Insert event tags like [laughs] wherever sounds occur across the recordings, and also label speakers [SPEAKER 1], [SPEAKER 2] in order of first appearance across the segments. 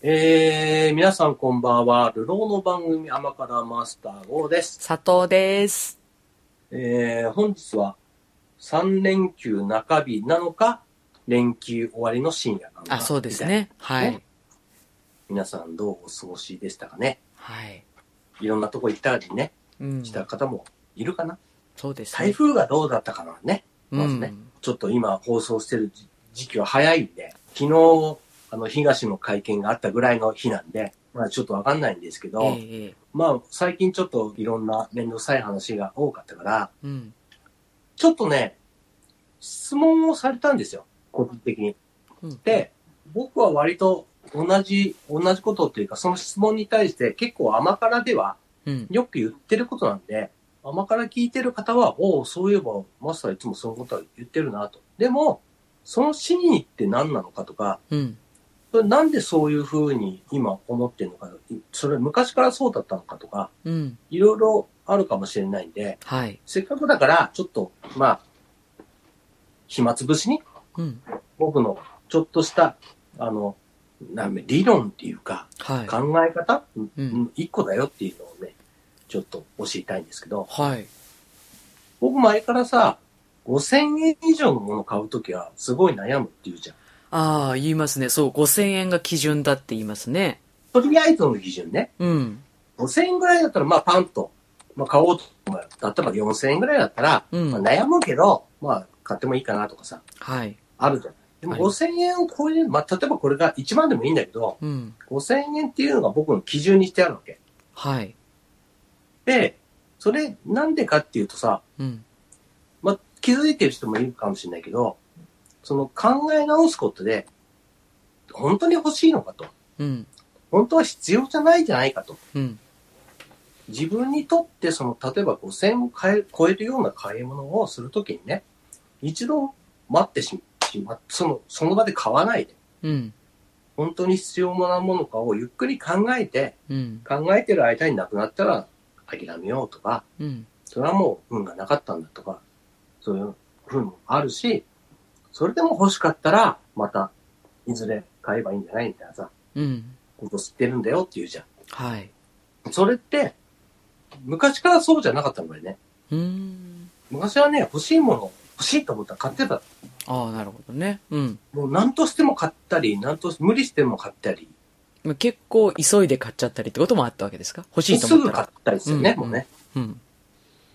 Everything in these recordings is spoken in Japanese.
[SPEAKER 1] えー、皆さんこんばんは。流浪の番組、甘辛マスター号です。
[SPEAKER 2] 佐藤です。
[SPEAKER 1] えー、本日は3連休中日なのか、連休終わりの深夜なのか。
[SPEAKER 2] あ、そうです
[SPEAKER 1] みたいな。
[SPEAKER 2] ね。はい
[SPEAKER 1] ね。皆さんどうお過ごしでしたかね。
[SPEAKER 2] はい。
[SPEAKER 1] いろんなとこ行ったりね、
[SPEAKER 2] うん
[SPEAKER 1] し。た方もいるかな。
[SPEAKER 2] そうです
[SPEAKER 1] 台
[SPEAKER 2] ね。
[SPEAKER 1] 風がどうだったかなね。
[SPEAKER 2] う
[SPEAKER 1] ますね
[SPEAKER 2] ん。
[SPEAKER 1] ちょっと今放送してる時時期は早いんで、昨日、あの、東の会見があったぐらいの日なんで、まあちょっとわかんないんですけど、
[SPEAKER 2] ええええ。
[SPEAKER 1] まあ最近ちょっといろんな面倒くさい話が多かったから、
[SPEAKER 2] うん。
[SPEAKER 1] ちょっとね、質問をされたんですよ、個人的に。
[SPEAKER 2] うん、
[SPEAKER 1] で、僕は割と同じ、同じことっていうか、その質問に対して結構甘辛では
[SPEAKER 2] うん。
[SPEAKER 1] よく言ってることなんで、甘から聞いてる方は、おお、そういえば、マスターいつもそのことは言ってるなと。でも、その真意って何なのかとか、
[SPEAKER 2] うん。
[SPEAKER 1] それなんでそういうふうに今思ってるのか、いそれ昔からそうだったのかとか、
[SPEAKER 2] うん。
[SPEAKER 1] いろいろあるかもしれないんで、
[SPEAKER 2] はい。
[SPEAKER 1] せっかくだから、ちょっと、まあ、暇つぶしに、
[SPEAKER 2] うん。
[SPEAKER 1] 僕のちょっとした、あの、なん理論っていうか、
[SPEAKER 2] はい。
[SPEAKER 1] 考え方、うん
[SPEAKER 2] うん。
[SPEAKER 1] 一個だよっていうのをね、ちょっと教えたいんですけど、
[SPEAKER 2] はい。
[SPEAKER 1] 僕前からさ、5000円以上のもの買うときはすごい悩むって言うじゃん。
[SPEAKER 2] ああ、言いますね。そう、5000円が基準だって言いますね。
[SPEAKER 1] とりあえずの基準ね。
[SPEAKER 2] うん。
[SPEAKER 1] 5000円ぐらいだったら、まあパンと、まあ買おうと思うよ。だったら4000円ぐらいだったら、
[SPEAKER 2] うん
[SPEAKER 1] まあ、悩むけど、まあ買ってもいいかなとかさ、
[SPEAKER 2] はい。
[SPEAKER 1] あるじゃん。でも
[SPEAKER 2] はい
[SPEAKER 1] 5000円を超える、まあ例えばこれが1万でもいいんだけど、
[SPEAKER 2] うん。
[SPEAKER 1] 5000円っていうのが僕の基準にしてあるわけ。
[SPEAKER 2] はい。
[SPEAKER 1] で、それなんでかっていうとさ、
[SPEAKER 2] うん。
[SPEAKER 1] まあ気づいてる人もいるかもしれないけど、その考え直すことで、本当に欲しいのかと。
[SPEAKER 2] うん。
[SPEAKER 1] 本当は必要じゃないじゃないかと。
[SPEAKER 2] うん。
[SPEAKER 1] 自分にとって、その、例えば5000円を買え超えるような買い物をするときにね、一度待ってししまその、その場で買わないで、
[SPEAKER 2] うん。
[SPEAKER 1] 本当に必要なものかをゆっくり考えて、
[SPEAKER 2] うん。
[SPEAKER 1] 考えてる間になくなったら諦めようとか、
[SPEAKER 2] うん。
[SPEAKER 1] それはもう運がなかったんだとか、そういう運もあるし、それでも欲しかったら、また、いずれ買えばいいんじゃないみたいなさ、
[SPEAKER 2] うん。
[SPEAKER 1] こと知ってるんだよっていうじゃん。
[SPEAKER 2] はい。
[SPEAKER 1] それって、昔からそうじゃなかったのよね。
[SPEAKER 2] うーん。
[SPEAKER 1] 昔はね、欲しいもの、欲しいと思ったら買ってた。
[SPEAKER 2] ああ、なるほどね。うん。
[SPEAKER 1] もう何としても買ったり、何とし無理しても買ったり、
[SPEAKER 2] まあ結構急いで買っちゃったりってこともあったわけですか欲しいと
[SPEAKER 1] す
[SPEAKER 2] 思
[SPEAKER 1] ぐ
[SPEAKER 2] った
[SPEAKER 1] 買っ
[SPEAKER 2] ら。
[SPEAKER 1] たりですよね、
[SPEAKER 2] うん
[SPEAKER 1] もうね。
[SPEAKER 2] うん。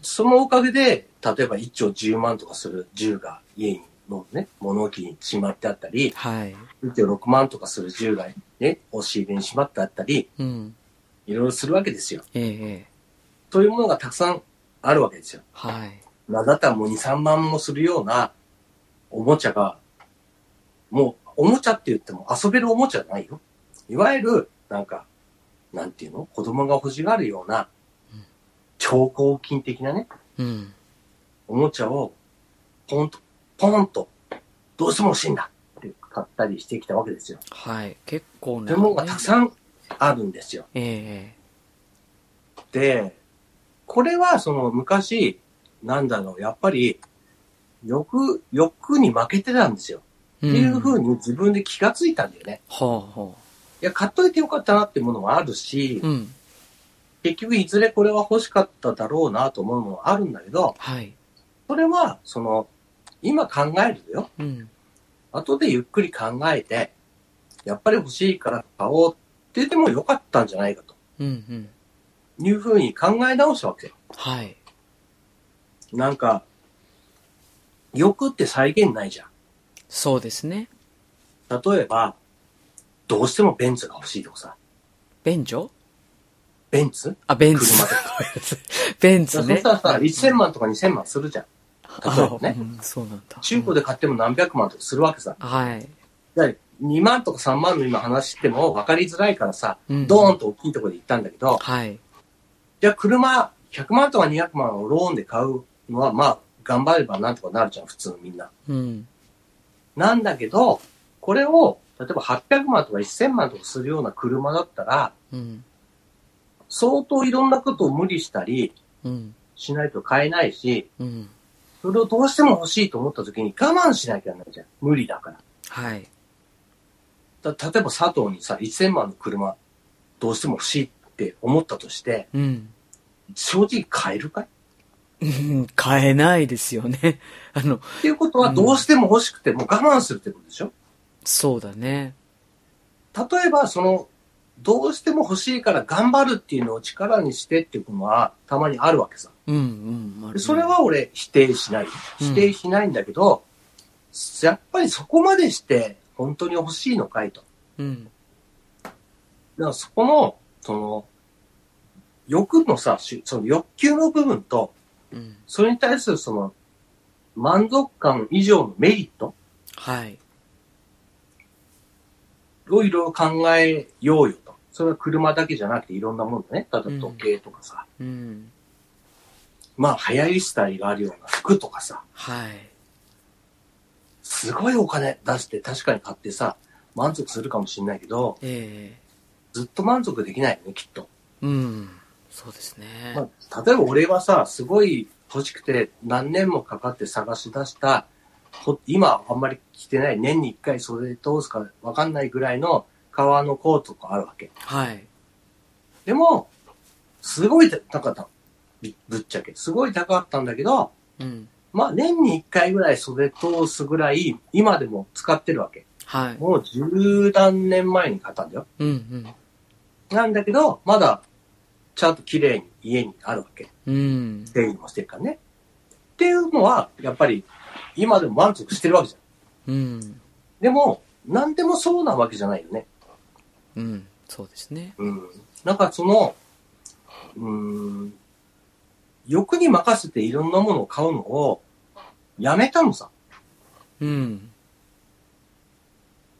[SPEAKER 1] そのおかげで、例えば1丁10万とかする銃が家のね、物置にしまってあったり、
[SPEAKER 2] はい。
[SPEAKER 1] 1丁6万とかする銃がね、押し入れにしまってあったり、
[SPEAKER 2] うん。
[SPEAKER 1] いろいろするわけですよ。
[SPEAKER 2] ええええ。
[SPEAKER 1] そういうものがたくさんあるわけですよ。
[SPEAKER 2] はい。
[SPEAKER 1] なんだったらもう2、3万もするようなおもちゃが、もうおもちゃって言っても遊べるおもちゃじゃないよ。いわゆる、なんか、なんていうの子供が欲しがるような
[SPEAKER 2] うん、
[SPEAKER 1] 超高金的なね、
[SPEAKER 2] うん。
[SPEAKER 1] おもちゃを、ポンと、ポンと、どうしても欲しいんだって買ったりしてきたわけですよ。
[SPEAKER 2] はい。結構
[SPEAKER 1] そう
[SPEAKER 2] ね。
[SPEAKER 1] いうものがたくさんあるんですよ。
[SPEAKER 2] ええ
[SPEAKER 1] で、これはその昔、なんだろう、やっぱり、欲、欲に負けてたんですよ。
[SPEAKER 2] ええ
[SPEAKER 1] っていう風
[SPEAKER 2] ん
[SPEAKER 1] に自分で気がついたんだよね。
[SPEAKER 2] ほうほ
[SPEAKER 1] いや、買っといてよかったなっていうものもあるし
[SPEAKER 2] う。、うん。
[SPEAKER 1] 結局いずれこれは欲しかっただろうなと思うものもあるんだけど、
[SPEAKER 2] はい。
[SPEAKER 1] それは、その、今考えるよ。
[SPEAKER 2] うん。
[SPEAKER 1] 後でゆっくり考えて、やっぱり欲しいから買おうって言ってもよかったんじゃないかと
[SPEAKER 2] うんうん。
[SPEAKER 1] いう風に考え直したわけよ。
[SPEAKER 2] はい。
[SPEAKER 1] なんか、欲って再現ないじゃん。
[SPEAKER 2] そうですね。
[SPEAKER 1] 例えば、どうしてもベンツが欲しいとかさ、
[SPEAKER 2] 便所
[SPEAKER 1] ベンツ
[SPEAKER 2] あ、
[SPEAKER 1] [laughs]
[SPEAKER 2] ベンツ。
[SPEAKER 1] 車とか。
[SPEAKER 2] ベン
[SPEAKER 1] そ
[SPEAKER 2] ツ
[SPEAKER 1] うし
[SPEAKER 2] ね。
[SPEAKER 1] [laughs] た
[SPEAKER 2] [laughs]
[SPEAKER 1] らさ、1000万とか2000万するじゃん。例えばね
[SPEAKER 2] あうんそうなんだ。
[SPEAKER 1] 中古で買っても何百万とかするわけさ。
[SPEAKER 2] うん。はい。
[SPEAKER 1] だから2万とか3万の今話しても分かりづらいからさ、
[SPEAKER 2] うん
[SPEAKER 1] ドーンと大きいところで行ったんだけど、
[SPEAKER 2] はい。
[SPEAKER 1] じゃあ車100万とか200万をローンで買うのは、まあ、頑張ればなんとかなるじゃん、普通みんな。
[SPEAKER 2] うん。
[SPEAKER 1] なんだけど、これを、例えば800万とか1000万とかするような車だったら、
[SPEAKER 2] うん。
[SPEAKER 1] 相当いろんなことを無理したり
[SPEAKER 2] うん。
[SPEAKER 1] しないと買えないし、
[SPEAKER 2] うん。
[SPEAKER 1] それをどうしても欲しいと思った時に我慢しなきゃいけないじゃん。無理だから。
[SPEAKER 2] はい。
[SPEAKER 1] だ例えば佐藤にさ、1000万の車、どうしても欲しいって思ったとして、
[SPEAKER 2] うん。
[SPEAKER 1] 正直買えるかい
[SPEAKER 2] うん買えないですよね。 [laughs] あの、
[SPEAKER 1] っていうことは、どうしても欲しくても我慢するってことでしょ
[SPEAKER 2] そうだね。
[SPEAKER 1] 例えば、その、どうしても欲しいから頑張るっていうのを力にしてっていうのは、たまにあるわけさ。
[SPEAKER 2] うんうん。あるね
[SPEAKER 1] でそれ、は俺否定しない。
[SPEAKER 2] うん
[SPEAKER 1] 否定しないんだけど、やっぱりそこまでして本当に欲しいのかいと。
[SPEAKER 2] うん。
[SPEAKER 1] だからそこの、その、欲のさ、しその欲求の部分と、
[SPEAKER 2] うん。
[SPEAKER 1] それに対するその、満足感以上のメリット
[SPEAKER 2] はい。
[SPEAKER 1] をいろいろ考えようよと。それは車だけじゃなくていろんなものね。例えば時計とかさ、
[SPEAKER 2] うん。
[SPEAKER 1] まあ、流行りスタイルがあるような服とかさ、
[SPEAKER 2] はい。
[SPEAKER 1] すごいお金出して確かに買ってさ、満足するかもしれないけど、
[SPEAKER 2] え
[SPEAKER 1] ずっと満足できないよね、きっと。
[SPEAKER 2] えうん。そうですね。
[SPEAKER 1] まあ、例えば俺はさ、すごい欲しくて何年もかかって探し出した、ほ今あんまり着てない年に一回それ通すかわかんないぐらいの革のコートとかあるわけ。
[SPEAKER 2] はい。
[SPEAKER 1] でも、すごい高かった。ぶぶっちゃけ。すごい高かったんだけど、
[SPEAKER 2] うん。
[SPEAKER 1] まあ年に一回ぐらい袖通すぐらい今でも使ってるわけ。
[SPEAKER 2] はい。
[SPEAKER 1] もう十何年前に買ったんだよ。
[SPEAKER 2] うんうん。
[SPEAKER 1] なんだけど、まだちゃんと綺麗に家にあるわけ。
[SPEAKER 2] うん。
[SPEAKER 1] 整理もしてるからね。っていうのは、やっぱり、今でも満足してるわけじゃん。
[SPEAKER 2] うん。
[SPEAKER 1] でも、何でもそうなわけじゃないよね。
[SPEAKER 2] うん。そうですね。
[SPEAKER 1] うん。なんかその、うーん、欲に任せていろんなものを買うのを、やめたのさ。
[SPEAKER 2] うん。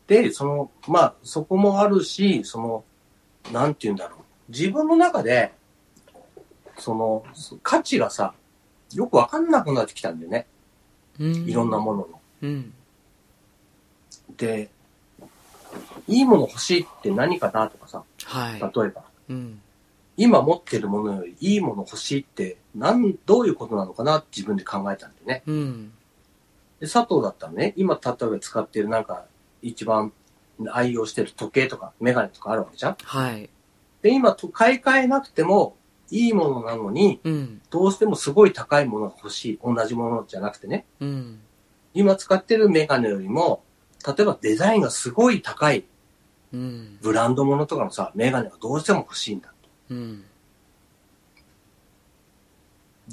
[SPEAKER 1] で、その、まあ、そこもあるし、その、なんて言うんだろう。自分の中で、その、価値がさ、よくわかんなくなってきたんだよね。
[SPEAKER 2] うん。
[SPEAKER 1] いろんなものの。
[SPEAKER 2] うん。
[SPEAKER 1] で、いいもの欲しいって何かなとかさ、
[SPEAKER 2] は
[SPEAKER 1] 例
[SPEAKER 2] い。
[SPEAKER 1] えば、
[SPEAKER 2] うん。
[SPEAKER 1] 今持ってるものよりいいもの欲しいって、なん、どういうことなのかなって自分で考えたんでね。
[SPEAKER 2] うん。
[SPEAKER 1] で、佐藤だったらね、今例えば使ってるなんか、一番愛用してる時計とかメガネとかあるわけじゃん
[SPEAKER 2] はい。
[SPEAKER 1] で、今と買い替えなくても、いいものなのに、
[SPEAKER 2] うん。
[SPEAKER 1] どうしてもすごい高いものが欲しい。同じものじゃなくてね。
[SPEAKER 2] うん。
[SPEAKER 1] 今使ってるメガネよりも、例えばデザインがすごい高い
[SPEAKER 2] うん。
[SPEAKER 1] ブランドものとかのさ、メガネがどうしても欲しいんだ。
[SPEAKER 2] うん。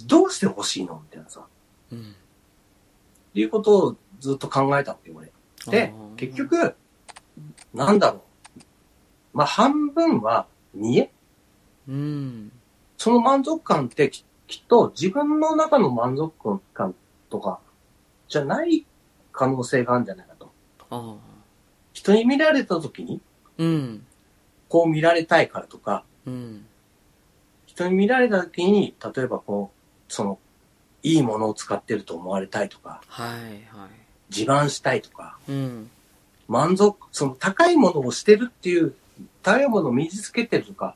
[SPEAKER 1] どうして欲しいのみたいなさ、っ
[SPEAKER 2] うん。
[SPEAKER 1] ていうことをずっと考えたわけよ、俺。で
[SPEAKER 2] あー、
[SPEAKER 1] 結、局、なんだろう。まあ、半分は、見え
[SPEAKER 2] うん。
[SPEAKER 1] その満足感ってききっと自分の中の満足感とかじゃない可能性があるんじゃないかと。
[SPEAKER 2] ああ。
[SPEAKER 1] 人に見られた時に、
[SPEAKER 2] うん。
[SPEAKER 1] こう見られたいからとか、
[SPEAKER 2] うん。
[SPEAKER 1] 人に見られた時に、例えばこう、その、いいものを使ってると思われたいとか、
[SPEAKER 2] はい。は
[SPEAKER 1] 自慢したいとか、
[SPEAKER 2] い。うん。
[SPEAKER 1] 満足、その高いものをしてるっていう、高いものを身につけてるとか、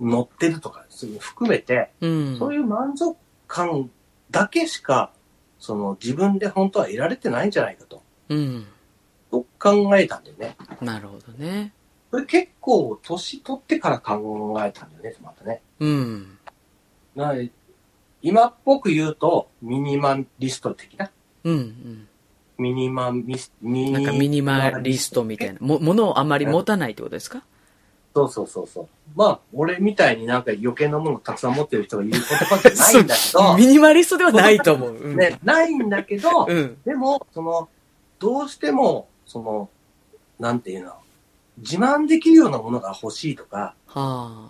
[SPEAKER 1] 乗ってるとか、そういうの含めて、
[SPEAKER 2] うん。
[SPEAKER 1] そういう満足感だけしか、その自分で本当は得られてないんじゃないかと、
[SPEAKER 2] うん。
[SPEAKER 1] と考えたんだよね。
[SPEAKER 2] なるほどね。
[SPEAKER 1] これ結構年取ってから考えたんだよね、またね。
[SPEAKER 2] うん。
[SPEAKER 1] なので今っぽく言うと、ミニマリスト的な。
[SPEAKER 2] うん。
[SPEAKER 1] ミニマミス、ミ
[SPEAKER 2] う
[SPEAKER 1] ニ
[SPEAKER 2] ん。なんかミニマリストみたいな。も、ものをあまり持たないってことですか
[SPEAKER 1] そうそうそうそう。まあ、俺みたいになんか余計なものたくさん持ってる人が言う言葉じゃないんだ
[SPEAKER 2] [laughs] そう
[SPEAKER 1] け
[SPEAKER 2] ミニマリストではないと思う。う
[SPEAKER 1] ど、
[SPEAKER 2] ん。
[SPEAKER 1] ね、ないんだけど、
[SPEAKER 2] うん。
[SPEAKER 1] でも、その、どうしても、その、なんていうの、自慢できるようなものが欲しいとか、
[SPEAKER 2] は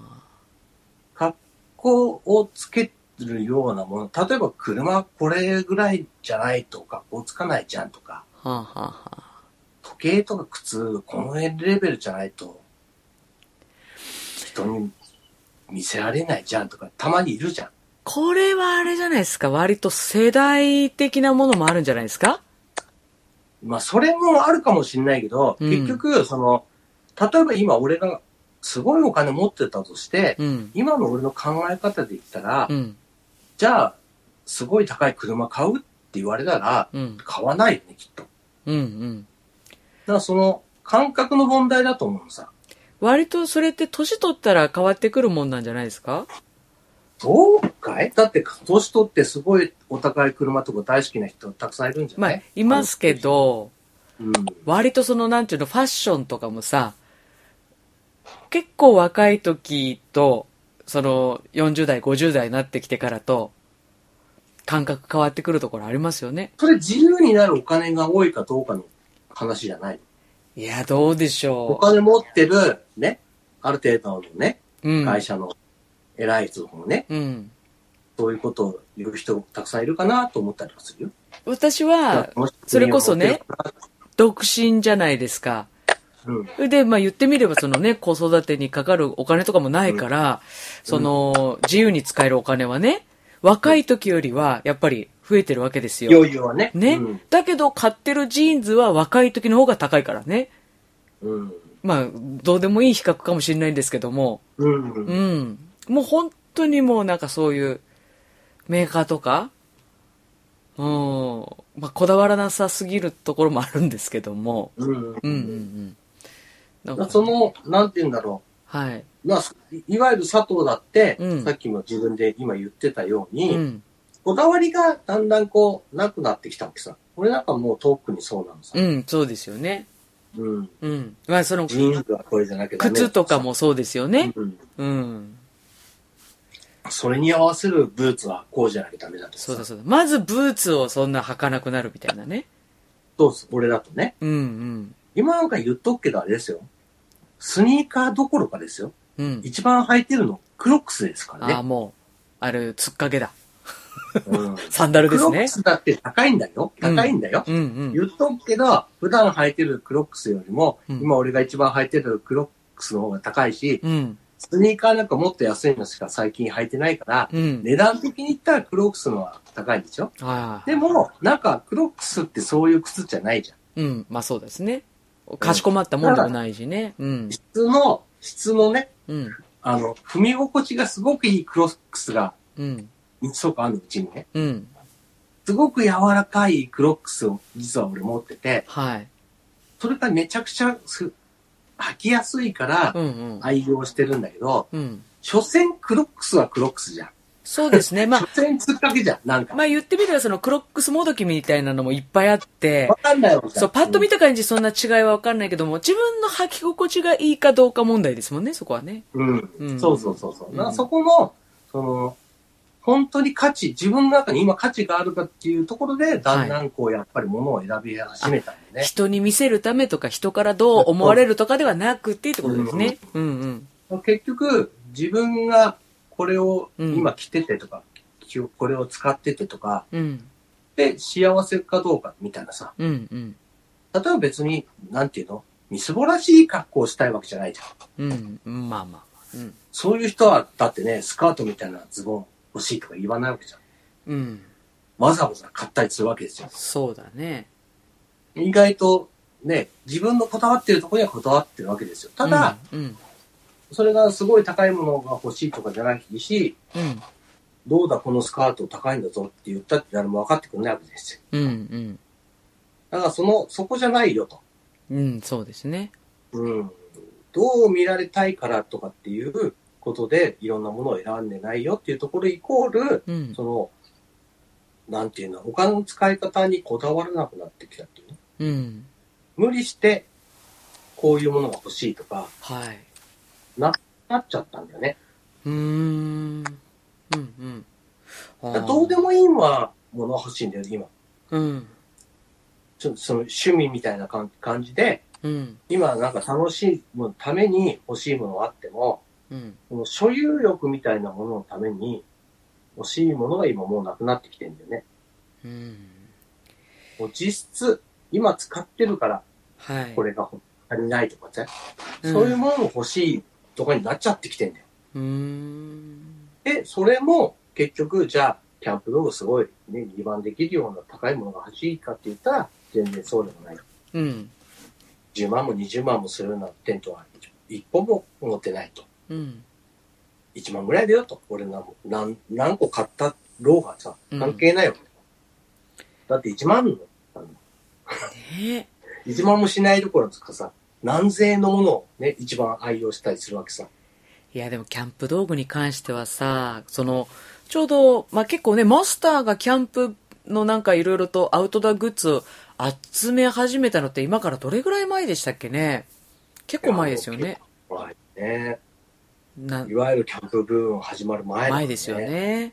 [SPEAKER 1] 格好をつけるようなもの、例えば車これぐらいじゃないと格好つかないじゃんとか、
[SPEAKER 2] あ。はあはあはあ。
[SPEAKER 1] 時計とか靴、この辺レベルじゃないと、人に見せられないじゃんとか、たまにいるじゃん。
[SPEAKER 2] これはあれじゃないですか。割と世代的なものもあるんじゃないですか
[SPEAKER 1] まあ、それもあるかもしれないけど、
[SPEAKER 2] うん
[SPEAKER 1] 結局、その、例えば今俺がすごいお金持ってたとして、
[SPEAKER 2] うん。
[SPEAKER 1] 今の俺の考え方で言ったら、
[SPEAKER 2] うん。
[SPEAKER 1] じゃあ、すごい高い車買うって言われたら、
[SPEAKER 2] うん。
[SPEAKER 1] 買わないよね、きっと。だか
[SPEAKER 2] うん。うん。
[SPEAKER 1] らその、感覚の問題だと思うのさ。
[SPEAKER 2] 割とそれって年取ったら変わってくるもんなんじゃないですか
[SPEAKER 1] そうかいだって、年取ってすごいお高い車とか大好きな人たくさんいるんじゃ
[SPEAKER 2] ま
[SPEAKER 1] な
[SPEAKER 2] あ
[SPEAKER 1] い、
[SPEAKER 2] いますけ。ど、
[SPEAKER 1] うん。
[SPEAKER 2] 割とその、なんていうの、ファッションとかもさ、結構若い時と、その、40代、50代になってきてからと、感覚変わってくるところありますよね。
[SPEAKER 1] それ自由になるお金が多いかどうかの話じゃない。
[SPEAKER 2] いや、どうでし
[SPEAKER 1] お
[SPEAKER 2] ょ
[SPEAKER 1] 金持ってる、ね、ある程度のね、
[SPEAKER 2] う。うん。
[SPEAKER 1] 会社の偉い人もね、
[SPEAKER 2] うん。
[SPEAKER 1] そういうことを言う人たくさんいるかなと思ったりはするよ。
[SPEAKER 2] 私は、
[SPEAKER 1] もし
[SPEAKER 2] それこそね。独身じゃないですか。
[SPEAKER 1] うん。
[SPEAKER 2] で、まあ、言ってみればそのね子育てにかかるお金とかもないから、その自由に使えるお金はね若い時よりはやっぱり増えてるわけですよ。
[SPEAKER 1] 余裕はね。
[SPEAKER 2] ね、
[SPEAKER 1] うん
[SPEAKER 2] だけど買ってるジーンズは若い時の方が高いからね
[SPEAKER 1] うん。
[SPEAKER 2] まあどうでもいい比較かもしれないんですけども、
[SPEAKER 1] うん。
[SPEAKER 2] う
[SPEAKER 1] うん
[SPEAKER 2] ん、もう本当にもうなんかそういうメーカーとか、うんまあ、こだわらなさすぎるところもあるんですけども、
[SPEAKER 1] う
[SPEAKER 2] う
[SPEAKER 1] ん。
[SPEAKER 2] んうんうん、なん
[SPEAKER 1] だから
[SPEAKER 2] か
[SPEAKER 1] その、なんて言うんだろ
[SPEAKER 2] はい、
[SPEAKER 1] う。まあ、いいわゆる佐藤だって、
[SPEAKER 2] うん
[SPEAKER 1] さっきも自分で今言ってたように、
[SPEAKER 2] うん
[SPEAKER 1] こだわりがだんだんこう、なくなってきたわけさ。俺なんかもう遠くにそうなのさ。
[SPEAKER 2] うん、そうですよね。
[SPEAKER 1] うん。
[SPEAKER 2] うん。まあ、その、
[SPEAKER 1] ジーンズはこれじゃなきゃダメだ
[SPEAKER 2] 靴とか。もそうですよね。
[SPEAKER 1] うん。
[SPEAKER 2] うん。
[SPEAKER 1] それに合わせるブーツはこうじゃなきゃダメだとかさ。
[SPEAKER 2] そうだそうだ。まずブーツをそんな履かなくなるみたいなね。
[SPEAKER 1] そうです。俺だとね。
[SPEAKER 2] うんうん。
[SPEAKER 1] 今なんか言っとくけどあれですよ。スニーカーどころかですよ。
[SPEAKER 2] うん。
[SPEAKER 1] 一番履いてるのクロックスですから
[SPEAKER 2] ああ、
[SPEAKER 1] ね。
[SPEAKER 2] もう、あれ、つっかけだ。
[SPEAKER 1] うん
[SPEAKER 2] サンダルで
[SPEAKER 1] ク
[SPEAKER 2] す
[SPEAKER 1] ロッ
[SPEAKER 2] ね
[SPEAKER 1] ク。スだって高いんだよ。
[SPEAKER 2] うん
[SPEAKER 1] 高いんだよ。
[SPEAKER 2] うんうん。
[SPEAKER 1] 言っとくけど、普段履いてるクロックスよりも、
[SPEAKER 2] うん
[SPEAKER 1] 今俺が一番履いてるクロックスの方が高いし、
[SPEAKER 2] うん。
[SPEAKER 1] スニーカーなんかもっと安いのしか最近履いてないから、
[SPEAKER 2] うん。
[SPEAKER 1] 値段的に言ったらクロックスの方が高いでしょ
[SPEAKER 2] ああ。
[SPEAKER 1] でも、なんかクロックスってそういう靴じゃないじゃ
[SPEAKER 2] う
[SPEAKER 1] ん。
[SPEAKER 2] ん。まあそうですね。かしこまったもんでもないしね。うん。
[SPEAKER 1] 質の、質のね、
[SPEAKER 2] うん。
[SPEAKER 1] あの、踏み心地がすごくいいクロックスが
[SPEAKER 2] うん。
[SPEAKER 1] 一足あるうちにね、
[SPEAKER 2] うん。
[SPEAKER 1] すごく柔らかいクロックスを実は俺持ってて、
[SPEAKER 2] はい。
[SPEAKER 1] それがめちゃくちゃす履きやすいから
[SPEAKER 2] うんうん。
[SPEAKER 1] 愛用してるんだけど、
[SPEAKER 2] うん。
[SPEAKER 1] 所詮クロックスはクロックスじゃん。
[SPEAKER 2] そうですね。まあ
[SPEAKER 1] 所、詮つっかけじゃん、なんか。
[SPEAKER 2] まあ言ってみればそのクロックスもどきみたいなのもいっぱいあって
[SPEAKER 1] わ、かんないわけじゃん
[SPEAKER 2] そう、パッと見た感じそんな違いはわかんないけども、自分の履き心地がいいかどうか問題ですもんね、そこはね。
[SPEAKER 1] うん。
[SPEAKER 2] うん
[SPEAKER 1] そうそうそうそう。
[SPEAKER 2] うん
[SPEAKER 1] だからそこの、その、本当に価値、自分の中に今価値があるかっていうところで、だんだんこう、やっぱり物を選び始めたんでね。
[SPEAKER 2] 人に見せるためとか、人からどう思われるとかではなくてってことですね。うんうん。
[SPEAKER 1] 結局、自分がこれを
[SPEAKER 2] うん
[SPEAKER 1] 今着ててとか、きこれを使っててとか、
[SPEAKER 2] うん。
[SPEAKER 1] で、幸せかどうかみたいなさ。
[SPEAKER 2] うんうん。
[SPEAKER 1] 例えば別に、なんていうのみすぼらしい格好をしたいわけじゃないじゃん。
[SPEAKER 2] うん。うんまあまあ。うん。
[SPEAKER 1] そういう人は、だってね、スカートみたいなズボン欲しいとか言わないわけじゃん。
[SPEAKER 2] うん。
[SPEAKER 1] わざわざ買ったりするわけですよ。
[SPEAKER 2] そうだね。
[SPEAKER 1] 意外とね、自分のこだわってるところにはこだわってるわけですよ。ただ、
[SPEAKER 2] うん、
[SPEAKER 1] それがすごい高いものが欲しいとかじゃないし、
[SPEAKER 2] うん。うん。
[SPEAKER 1] どうだこのスカート高いんだぞって言ったって誰も分かってくれないわけですよ。
[SPEAKER 2] うん
[SPEAKER 1] だからその、そこじゃないよと。
[SPEAKER 2] うん。うん、そうですね。
[SPEAKER 1] うん。どう見られたいからとかっていうことで、いろんなものを選んでないよっていうところイコール、
[SPEAKER 2] うん。
[SPEAKER 1] その、なんていうの、お金の使い方にこだわらなくなってきたっていうね。
[SPEAKER 2] うん。
[SPEAKER 1] 無理して、こういうものが欲しいとか、
[SPEAKER 2] はい。
[SPEAKER 1] なっちゃったんだよね。
[SPEAKER 2] うーん。うんうん。あ
[SPEAKER 1] だ
[SPEAKER 2] ー
[SPEAKER 1] からどうでもいいのは物欲しいんだよ、今。
[SPEAKER 2] うん。
[SPEAKER 1] ちょっとその趣味みたいな感感じで、
[SPEAKER 2] うん。
[SPEAKER 1] 今なんか楽しいものために欲しいものはあっても、
[SPEAKER 2] うん。
[SPEAKER 1] この所有欲みたいなもののために欲しいものが今もうなくなってきてんだよね。
[SPEAKER 2] うん。
[SPEAKER 1] もう実質、今使ってるから
[SPEAKER 2] はい。
[SPEAKER 1] これが足りないとかね。そういうものも欲しいとかになっちゃってきてんだよ。
[SPEAKER 2] うーん。
[SPEAKER 1] で、それも結局、じゃあ、キャンプ道具すごいね、2番できるような高いものが欲しいかって言ったら、全然そうでもない。
[SPEAKER 2] うん。
[SPEAKER 1] 10万も20万もするようなテントは一本も持ってないと。
[SPEAKER 2] うん。
[SPEAKER 1] 1万ぐらいだよと。俺なんも何何個買ったろうがさ、
[SPEAKER 2] うん
[SPEAKER 1] 関係ないよ。だって1万の、あの
[SPEAKER 2] ね
[SPEAKER 1] 1万もしないどころですかさ、何千円のものをね、一番愛用したりするわけさ。
[SPEAKER 2] いや、でもキャンプ道具に関してはさ、その、ちょうど、まあ、結構ね、マスターがキャンプのなんかいろいろとアウトドアグッズを集め始めたのって今からどれぐらい前でしたっけね結構前ですよね。
[SPEAKER 1] はいね。
[SPEAKER 2] ない
[SPEAKER 1] わゆるキャンプブーム始まる前だもん
[SPEAKER 2] 前ですよ。ね。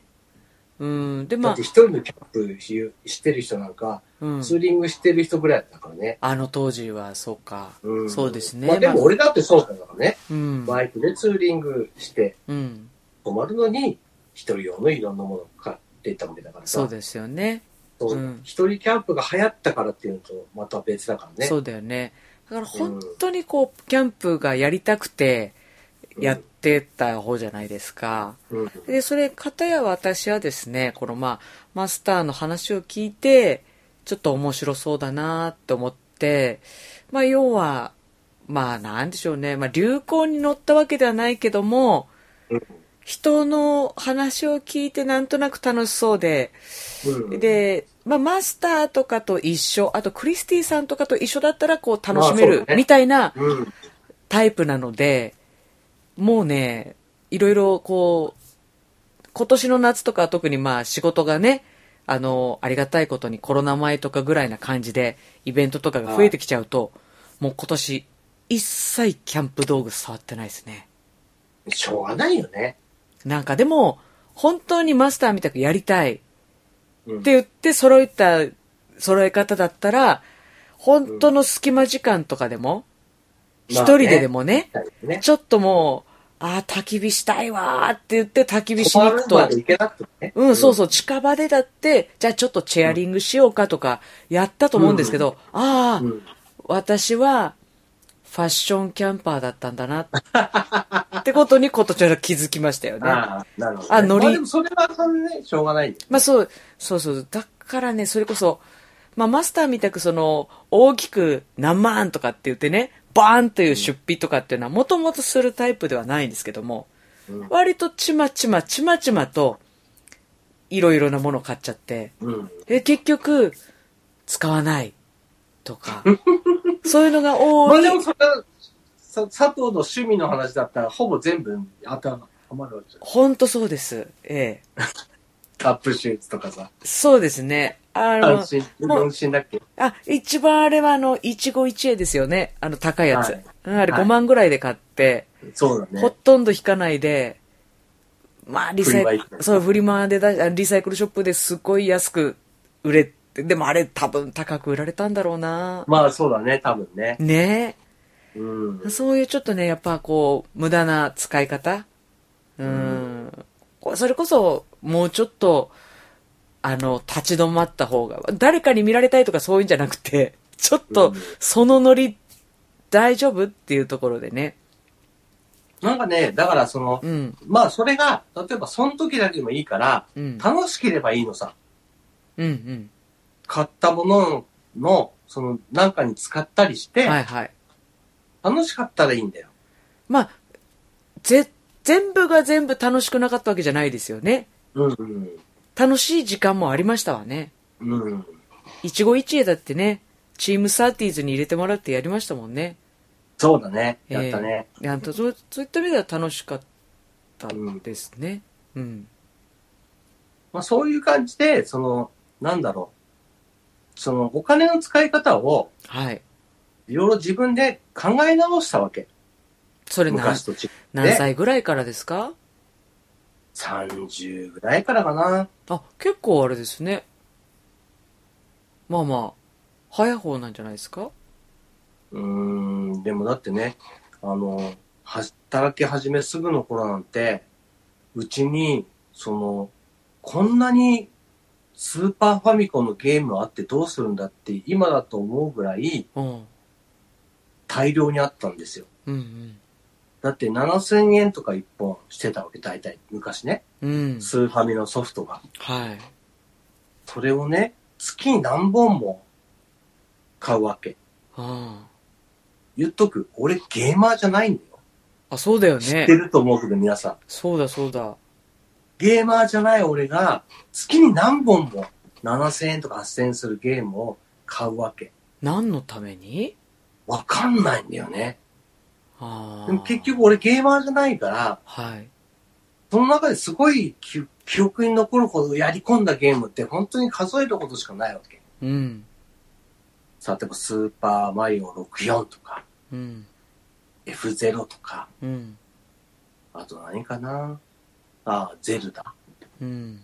[SPEAKER 2] うん。で、
[SPEAKER 1] だ
[SPEAKER 2] ま
[SPEAKER 1] っ
[SPEAKER 2] あ
[SPEAKER 1] て、一人のキャンプししてる人なんか、
[SPEAKER 2] うん。
[SPEAKER 1] ツーリングしてる人ぐらいだったからね。
[SPEAKER 2] あの当時は、そうか。
[SPEAKER 1] うん、
[SPEAKER 2] そうですね
[SPEAKER 1] まあで
[SPEAKER 2] ま
[SPEAKER 1] も
[SPEAKER 2] あ
[SPEAKER 1] 俺だってそうだからね。
[SPEAKER 2] うん。
[SPEAKER 1] バイクでツーリングして
[SPEAKER 2] うん。
[SPEAKER 1] 泊まるのに、一人用のいろんなものを買っていったわけだからさ。
[SPEAKER 2] そうですよね。
[SPEAKER 1] そう
[SPEAKER 2] うん
[SPEAKER 1] 一人キャンプが流行ったからっていうのとまた別だからね。
[SPEAKER 2] そうだよね。だから本当にこう、キャンプがやりたくて、やってた方じゃないですか。
[SPEAKER 1] うん。うん
[SPEAKER 2] で、それ、片や私はですね、このまあ、マスターの話を聞いて、ちょっと面白そうだなと思って、まあ、要は、まあ、なんでしょうね、まあ、流行に乗ったわけではないけども、
[SPEAKER 1] うん
[SPEAKER 2] 人の話を聞いてなんとなく楽しそうで、
[SPEAKER 1] うん
[SPEAKER 2] で、まあ、マスターとかと一緒、あとクリスティさんとかと一緒だったらこう楽しめ
[SPEAKER 1] まあそ
[SPEAKER 2] る
[SPEAKER 1] うだね
[SPEAKER 2] みたいな
[SPEAKER 1] うん。
[SPEAKER 2] タイプなので、もうね、いろいろこう、今年の夏とかは特にまあ仕事がね、あの、ありがたいことにコロナ前とかぐらいな感じでイベントとかが増えてきちゃうと、もう今年一切キャンプ道具触ってないですね。
[SPEAKER 1] しょうがないよね。
[SPEAKER 2] なんかでも、本当にマスターみたくやりたい。
[SPEAKER 1] うん
[SPEAKER 2] って言って揃えた揃え方だったら本当の隙間時間とかでも一、人ででもね,、
[SPEAKER 1] まあね。
[SPEAKER 2] ちょっともうああ焚き火したいわーって言って焚き火しに
[SPEAKER 1] 困
[SPEAKER 2] 行
[SPEAKER 1] る
[SPEAKER 2] く
[SPEAKER 1] ま
[SPEAKER 2] と
[SPEAKER 1] でいけなくてもね。
[SPEAKER 2] うんそうそう近場でだってじゃあちょっとチェアリングしようかとかやったと思うんですけど、ああ、
[SPEAKER 1] うん。
[SPEAKER 2] 私はファッションキャンパーだったんだなってことにことちゃんは気づきましたよ
[SPEAKER 1] [laughs]
[SPEAKER 2] ね
[SPEAKER 1] ああ、なるほど、ね。
[SPEAKER 2] あノリ
[SPEAKER 1] まあでもそれはそれね、しょうがないよ。
[SPEAKER 2] まあそう、そうそう。だからね、それこそ、まあマスターみたくその、大きく何万とかって言ってね、バーンという出費とかっていうのはもともとするタイプではないんですけども、
[SPEAKER 1] うん
[SPEAKER 2] 割とちまちまちまちまと、いろいろなものを買っちゃって、
[SPEAKER 1] うん。
[SPEAKER 2] え、結局、使わないと
[SPEAKER 1] [laughs]
[SPEAKER 2] か、そういうのが多
[SPEAKER 1] まあ
[SPEAKER 2] い。
[SPEAKER 1] でもそれは、さ佐藤の趣味の話だったら、ほぼ全部当てはまるわけじゃん。
[SPEAKER 2] ほんとそうです。ええ。
[SPEAKER 1] カップシューズとかさ。
[SPEAKER 2] そうですね。あの
[SPEAKER 1] 安、心、
[SPEAKER 2] もう
[SPEAKER 1] 安心だっけ
[SPEAKER 2] あ、一番あれはあの、一期一会ですよね。あの、高いやつ。
[SPEAKER 1] は
[SPEAKER 2] うん
[SPEAKER 1] い
[SPEAKER 2] あれ
[SPEAKER 1] はい
[SPEAKER 2] 5万ぐらいで買って、
[SPEAKER 1] そうだ
[SPEAKER 2] ほ
[SPEAKER 1] ね。
[SPEAKER 2] とんど引かないで、まあ、リサイ
[SPEAKER 1] フリマ行って
[SPEAKER 2] そう、フリマで出しあリサイクルショップですごい安く売れて、でもあれ多分高く売られたんだろうな。
[SPEAKER 1] まあそうだね、多分ね。
[SPEAKER 2] ね
[SPEAKER 1] うん
[SPEAKER 2] え。。そういうちょっとね、やっぱこう、無駄な使い方。うん。こうそれこそ、もうちょっと、あの、立ち止まった方が、誰かに見られたいとかそういうんじゃなくて、 [laughs] ちょっ
[SPEAKER 1] う
[SPEAKER 2] と
[SPEAKER 1] ん、
[SPEAKER 2] そのノリ、大丈夫っていうところでね。
[SPEAKER 1] なんかね、だからその、
[SPEAKER 2] うん。
[SPEAKER 1] まあそれが、例えばその時だけでもいいから、
[SPEAKER 2] うん。
[SPEAKER 1] 楽しければいいのさ。
[SPEAKER 2] うん。
[SPEAKER 1] 買ったものの、その、なんかに使ったりし
[SPEAKER 2] う
[SPEAKER 1] て、
[SPEAKER 2] ん。はいはい。
[SPEAKER 1] 楽しかったらいいんだよ。
[SPEAKER 2] まあ、ぜ、全部が全部楽しくなかったわけじゃないですよね。
[SPEAKER 1] うん。
[SPEAKER 2] 楽しい時間もありましたわね。
[SPEAKER 1] うん。
[SPEAKER 2] 一期一会だってね、チームサーティーズに入れてもらってやりましたもんね。
[SPEAKER 1] そうだね。やったね。
[SPEAKER 2] いやとそうそういった意味では楽しかったですね。うん。
[SPEAKER 1] まあ、そういう感じで、その、なんだろう。その、お金の使い方を、
[SPEAKER 2] はい。
[SPEAKER 1] いろいろ自分で考え直したわけ。
[SPEAKER 2] それ何
[SPEAKER 1] 昔、と違う。
[SPEAKER 2] 何歳ぐらいからですか
[SPEAKER 1] 30ぐらいからかな。
[SPEAKER 2] あ、結構あれですね。まあまあ、早い方なんじゃないですか
[SPEAKER 1] うーん、でもだってね、あの、働き始めすぐの頃なんて、うちに、その、こんなにスーパーファミコンのゲームあってどうするんだって今だと思うぐらい
[SPEAKER 2] うん。うん
[SPEAKER 1] 大量にあったんですよ。
[SPEAKER 2] うん。
[SPEAKER 1] だって7000円とか1本してたわけ、大体。昔ね。
[SPEAKER 2] うん。
[SPEAKER 1] スーファミのソフトが。
[SPEAKER 2] はい。
[SPEAKER 1] それをね、月に何本も買うわけ。
[SPEAKER 2] あ
[SPEAKER 1] 言っとく、俺ゲーマーじゃないんだよ。
[SPEAKER 2] あ。あ、そうだよ
[SPEAKER 1] 知
[SPEAKER 2] ね。
[SPEAKER 1] ってると思うけど、皆さん。
[SPEAKER 2] そうだそうだ。
[SPEAKER 1] ゲーマーじゃない俺が、月に何本も7000円とか8000円するゲームを買うわけ。
[SPEAKER 2] 何のために
[SPEAKER 1] わかんないんだよね。
[SPEAKER 2] あー
[SPEAKER 1] でも結、局俺ゲーマーじゃないから、
[SPEAKER 2] はい。
[SPEAKER 1] その中ですごい記記憶に残るほどやり込んだゲームって本当に数えることしかないわけ。
[SPEAKER 2] うん。
[SPEAKER 1] さあ、例えばスーパーマリオ64とか、
[SPEAKER 2] うん。
[SPEAKER 1] F0 とか、
[SPEAKER 2] うん。
[SPEAKER 1] あと何かなああ、ゼルダ。
[SPEAKER 2] うん。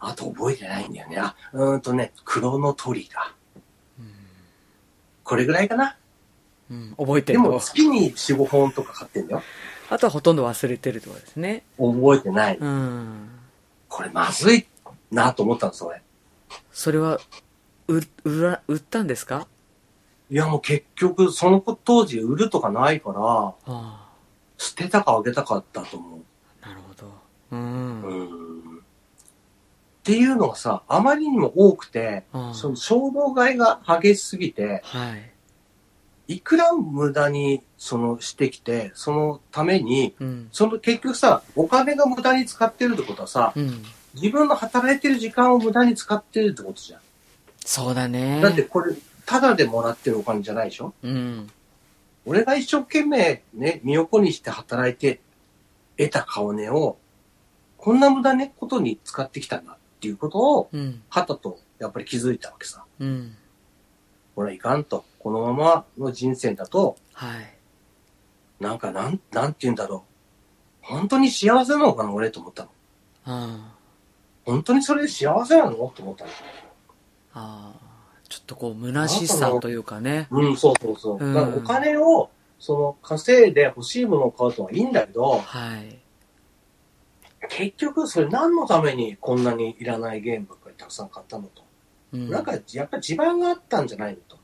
[SPEAKER 1] あと覚えてないんだよね。あ、うーんとね、クロノトリガー。これぐらいかな。
[SPEAKER 2] うん。覚えて
[SPEAKER 1] で
[SPEAKER 2] る
[SPEAKER 1] も
[SPEAKER 2] の
[SPEAKER 1] 月に4、5本とか買ってんだよ。
[SPEAKER 2] あとはほとんど忘れてるってことですね。
[SPEAKER 1] 覚えてない。
[SPEAKER 2] うん。
[SPEAKER 1] これまずいなと思ったの、それ。
[SPEAKER 2] それは、う、うら、売ったんですか
[SPEAKER 1] いやもう結局、その子当時売るとかないから、
[SPEAKER 2] あ
[SPEAKER 1] 捨てたかあげたかったと思
[SPEAKER 2] あ、なるほど。う
[SPEAKER 1] う。
[SPEAKER 2] ん。
[SPEAKER 1] う
[SPEAKER 2] あ
[SPEAKER 1] ん。っていうのがさ、あまりにも多くて、
[SPEAKER 2] あ
[SPEAKER 1] その衝動買いが激しすぎて、
[SPEAKER 2] はい。
[SPEAKER 1] いくら無駄にそのしてきて、そのために、
[SPEAKER 2] うん。
[SPEAKER 1] その結局さ、お金が無駄に使ってるってことはさ、
[SPEAKER 2] うん。
[SPEAKER 1] 自分の働いてる時間を無駄に使ってるってことじゃん。
[SPEAKER 2] そうだね。
[SPEAKER 1] だってこれ、ただでもらってるお金じゃないでしょ
[SPEAKER 2] うん。
[SPEAKER 1] 俺が一生懸命ね、身を粉にして働いて得た顔根を、こんな無駄なことに使ってきたんだっていうことを、
[SPEAKER 2] うん。
[SPEAKER 1] はたとやっぱり気づいたわけさ。
[SPEAKER 2] うん。
[SPEAKER 1] これはいかんと。このままの人生だと、
[SPEAKER 2] はい。
[SPEAKER 1] なんかなん、なんて言うんだろう。本当に幸せなのかな、俺と思ったの。
[SPEAKER 2] あ
[SPEAKER 1] 本当にそれで幸せなのと思ったの。
[SPEAKER 2] あ。ああ。ちょっとこう、虚しさというかね。
[SPEAKER 1] うん、そうそうそう。
[SPEAKER 2] うん
[SPEAKER 1] だからお金を、その、稼いで欲しいものを買うとはいいんだけど、
[SPEAKER 2] はい。
[SPEAKER 1] 結局、それ何のためにこんなにいらないゲームばっかりたくさん買ったのと。
[SPEAKER 2] うん。
[SPEAKER 1] なんか、やっぱり地盤があったんじゃないのと。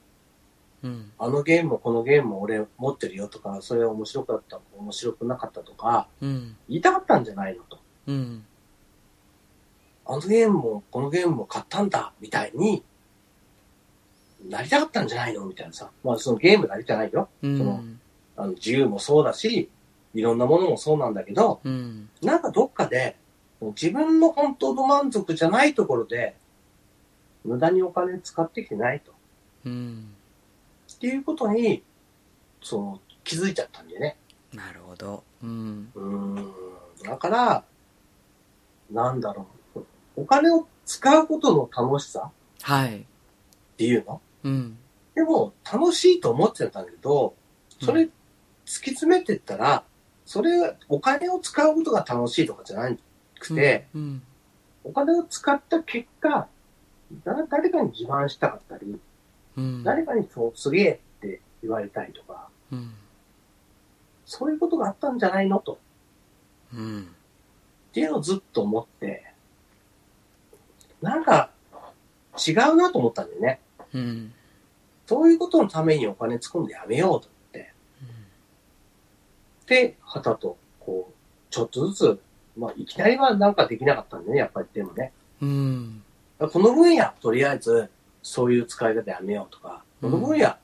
[SPEAKER 2] うん。
[SPEAKER 1] あのゲームもこのゲームも俺持ってるよとか、それ面白かった、面白くなかったとか、
[SPEAKER 2] うん。
[SPEAKER 1] 言いたかったんじゃないのと。
[SPEAKER 2] うん。
[SPEAKER 1] あのゲームもこのゲームも買ったんだ、みたいに、なりたかったんじゃないのみたいなさ。まあ、そのゲームだけじゃないよ。
[SPEAKER 2] うん。
[SPEAKER 1] そのあの、自由もそうだし、いろんなものもそうなんだけど、
[SPEAKER 2] うん。
[SPEAKER 1] なんかどっかで、自分の本当の満足じゃないところで、無駄にお金使ってきてないと。
[SPEAKER 2] うん。
[SPEAKER 1] っていうことに、その、気づいちゃったんだよね。
[SPEAKER 2] なるほど。うん。
[SPEAKER 1] うーん。だから、なんだろう。お金を使うことの楽しさ
[SPEAKER 2] はい。
[SPEAKER 1] っていうの
[SPEAKER 2] うん。
[SPEAKER 1] でも、楽しいと思ってたんだけど、それ、突き詰めてったら、それ、お金を使うことが楽しいとかじゃなくて、
[SPEAKER 2] うん。
[SPEAKER 1] お金を使った結果、だ誰かに自慢したかったり、
[SPEAKER 2] うん。
[SPEAKER 1] 誰かにそうすげえって言われたりとか、
[SPEAKER 2] うん。
[SPEAKER 1] そういうことがあったんじゃないのと、
[SPEAKER 2] うん。
[SPEAKER 1] っていうのをずっと思って、なんか違うなと思ったんだよね。
[SPEAKER 2] うん。
[SPEAKER 1] そういうことのためにお金突っ込んでやめようと思って。で、旗と、こう、ちょっとずつ、まあ、いきなりはなんかできなかったんだよね、やっぱりでもね。
[SPEAKER 2] うん。
[SPEAKER 1] この分野、とりあえず、そういう使い方やめようとか、こ
[SPEAKER 2] うん
[SPEAKER 1] の分野、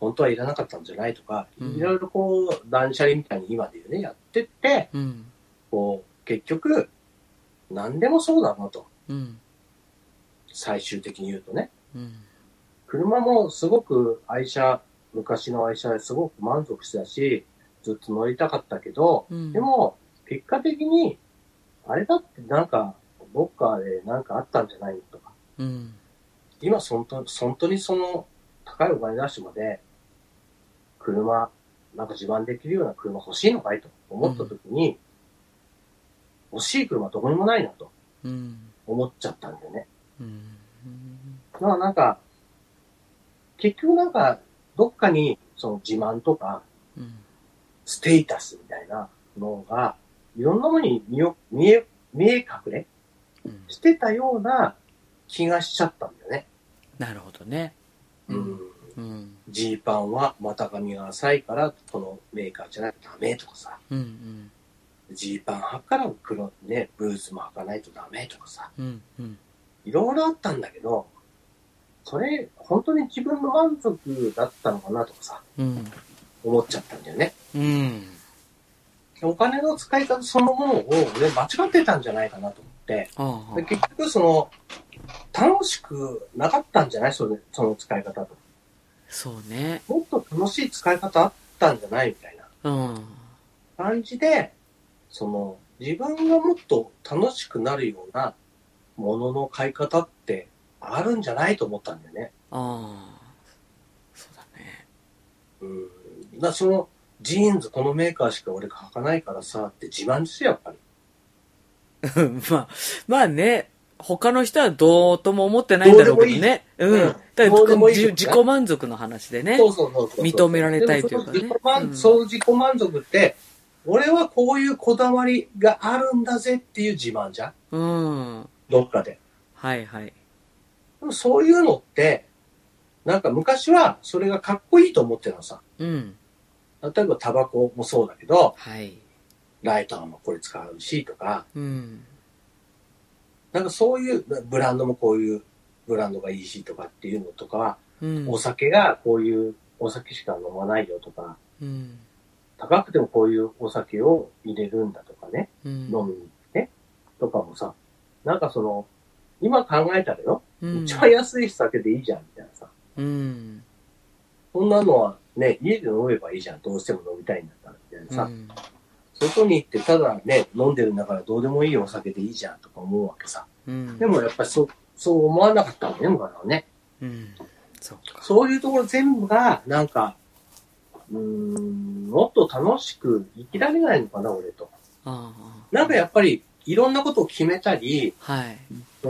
[SPEAKER 1] 本当はいらなかったんじゃないとか、
[SPEAKER 2] うん
[SPEAKER 1] いろいろこう、断捨離みたいに今で言うね、やってって、
[SPEAKER 2] うん。
[SPEAKER 1] こう、結局、何でもそうだなと、
[SPEAKER 2] うん。
[SPEAKER 1] 最終的に言うとね。
[SPEAKER 2] うん。
[SPEAKER 1] 車もすごく愛車、昔の愛車ですごく満足してたし、ずっと乗りたかったけど、
[SPEAKER 2] うん。
[SPEAKER 1] でも、結果的に、あれだってなんか、どっかでなんかあったんじゃないのとか、
[SPEAKER 2] うん。
[SPEAKER 1] 今、本当本当にその、高いお金出してまで、車、なんか自慢できるような車欲しいのかいと思った時に、欲しい車どこにもないなと
[SPEAKER 2] うん。
[SPEAKER 1] 思っちゃったんだよね。
[SPEAKER 2] うん。
[SPEAKER 1] だからなんか、結局なんか、どっかにその自慢とか、
[SPEAKER 2] うん。
[SPEAKER 1] ステータスみたいなのが、いろんなものに見よ見え、見え隠れ
[SPEAKER 2] うん。
[SPEAKER 1] してたような気がしちゃったんだよね。
[SPEAKER 2] なるほどね。
[SPEAKER 1] うん
[SPEAKER 2] うん。
[SPEAKER 1] ジーパンは股上が浅いから、このメーカーじゃないとダメとかさ、
[SPEAKER 2] うん。うん。
[SPEAKER 1] ジーパン履くから黒、ね、ブーツも履かないとダメとかさ、
[SPEAKER 2] うん。うん。
[SPEAKER 1] いろいろあったんだけど、それ、本当に自分の満足だったのかなとかさ、
[SPEAKER 2] うん。
[SPEAKER 1] 思っちゃったんだよね。
[SPEAKER 2] うん。
[SPEAKER 1] お金の使い方そのものを俺間違ってたんじゃないかなと思って、
[SPEAKER 2] ああ
[SPEAKER 1] で。結局その、楽しくなかったんじゃないそれ、その使い方と。
[SPEAKER 2] そうね。
[SPEAKER 1] もっと楽しい使い方あったんじゃないみたいな
[SPEAKER 2] うん。
[SPEAKER 1] 感じで、その、自分がもっと楽しくなるようなものの買い方ってあるんじゃないと思ったんだよね。
[SPEAKER 2] ああ。そうだね。
[SPEAKER 1] うん。だからその、ジーンズこのメーカーしか俺履かないからさ、って自慢してやっぱり。
[SPEAKER 2] うんまあ、まあね、他の人はどうとも思ってないんだろうけどね。
[SPEAKER 1] う
[SPEAKER 2] う
[SPEAKER 1] でもいい
[SPEAKER 2] ん。だ
[SPEAKER 1] どうで
[SPEAKER 2] から
[SPEAKER 1] もいい
[SPEAKER 2] 自
[SPEAKER 1] よね
[SPEAKER 2] 自己満足の話でね。
[SPEAKER 1] そうそうそうそう。
[SPEAKER 2] 認められたいというかね
[SPEAKER 1] でもその自己満
[SPEAKER 2] うん
[SPEAKER 1] その自己満足って、俺はこういうこだわりがあるんだぜっていう自慢じゃん
[SPEAKER 2] うん。
[SPEAKER 1] どっかで。
[SPEAKER 2] はいはい。
[SPEAKER 1] でもそういうのって、なんか昔はそれがかっこいいと思ってたのさ。
[SPEAKER 2] うん。
[SPEAKER 1] 例えばタバコもそうだけど、
[SPEAKER 2] はい。
[SPEAKER 1] ライターもこれ使うしとか、
[SPEAKER 2] うん。
[SPEAKER 1] なんかそういうブランドもこういうブランドがいいしとかっていうのとか、
[SPEAKER 2] うん。
[SPEAKER 1] お酒がこういうお酒しか飲まないよとか、
[SPEAKER 2] うん。
[SPEAKER 1] 高くてもこういうお酒を入れるんだとかね。
[SPEAKER 2] うん。
[SPEAKER 1] 飲みに行ってね、とかもさ、なんかその、今考えたらよ、
[SPEAKER 2] うん
[SPEAKER 1] 一番安い酒でいいじゃん、みたいなさ。
[SPEAKER 2] うん。
[SPEAKER 1] そんなのはね、家で飲めばいいじゃん、どうしても飲みたいんだったら、みたいなさ。
[SPEAKER 2] うん
[SPEAKER 1] 外に行ってただね、飲んでるんだからどうでもいいお酒でいいじゃん、とか思うわけさ。
[SPEAKER 2] うん。
[SPEAKER 1] でもやっぱりそう、そう思わなかったのね、昔はね。
[SPEAKER 2] うん。そうか。
[SPEAKER 1] そういうところ全部が、なんか、うーん、もっと楽しく生きられないのかな、俺と。
[SPEAKER 2] あ
[SPEAKER 1] なんかやっぱり、いろんなことを決めたり、
[SPEAKER 2] あ。はい。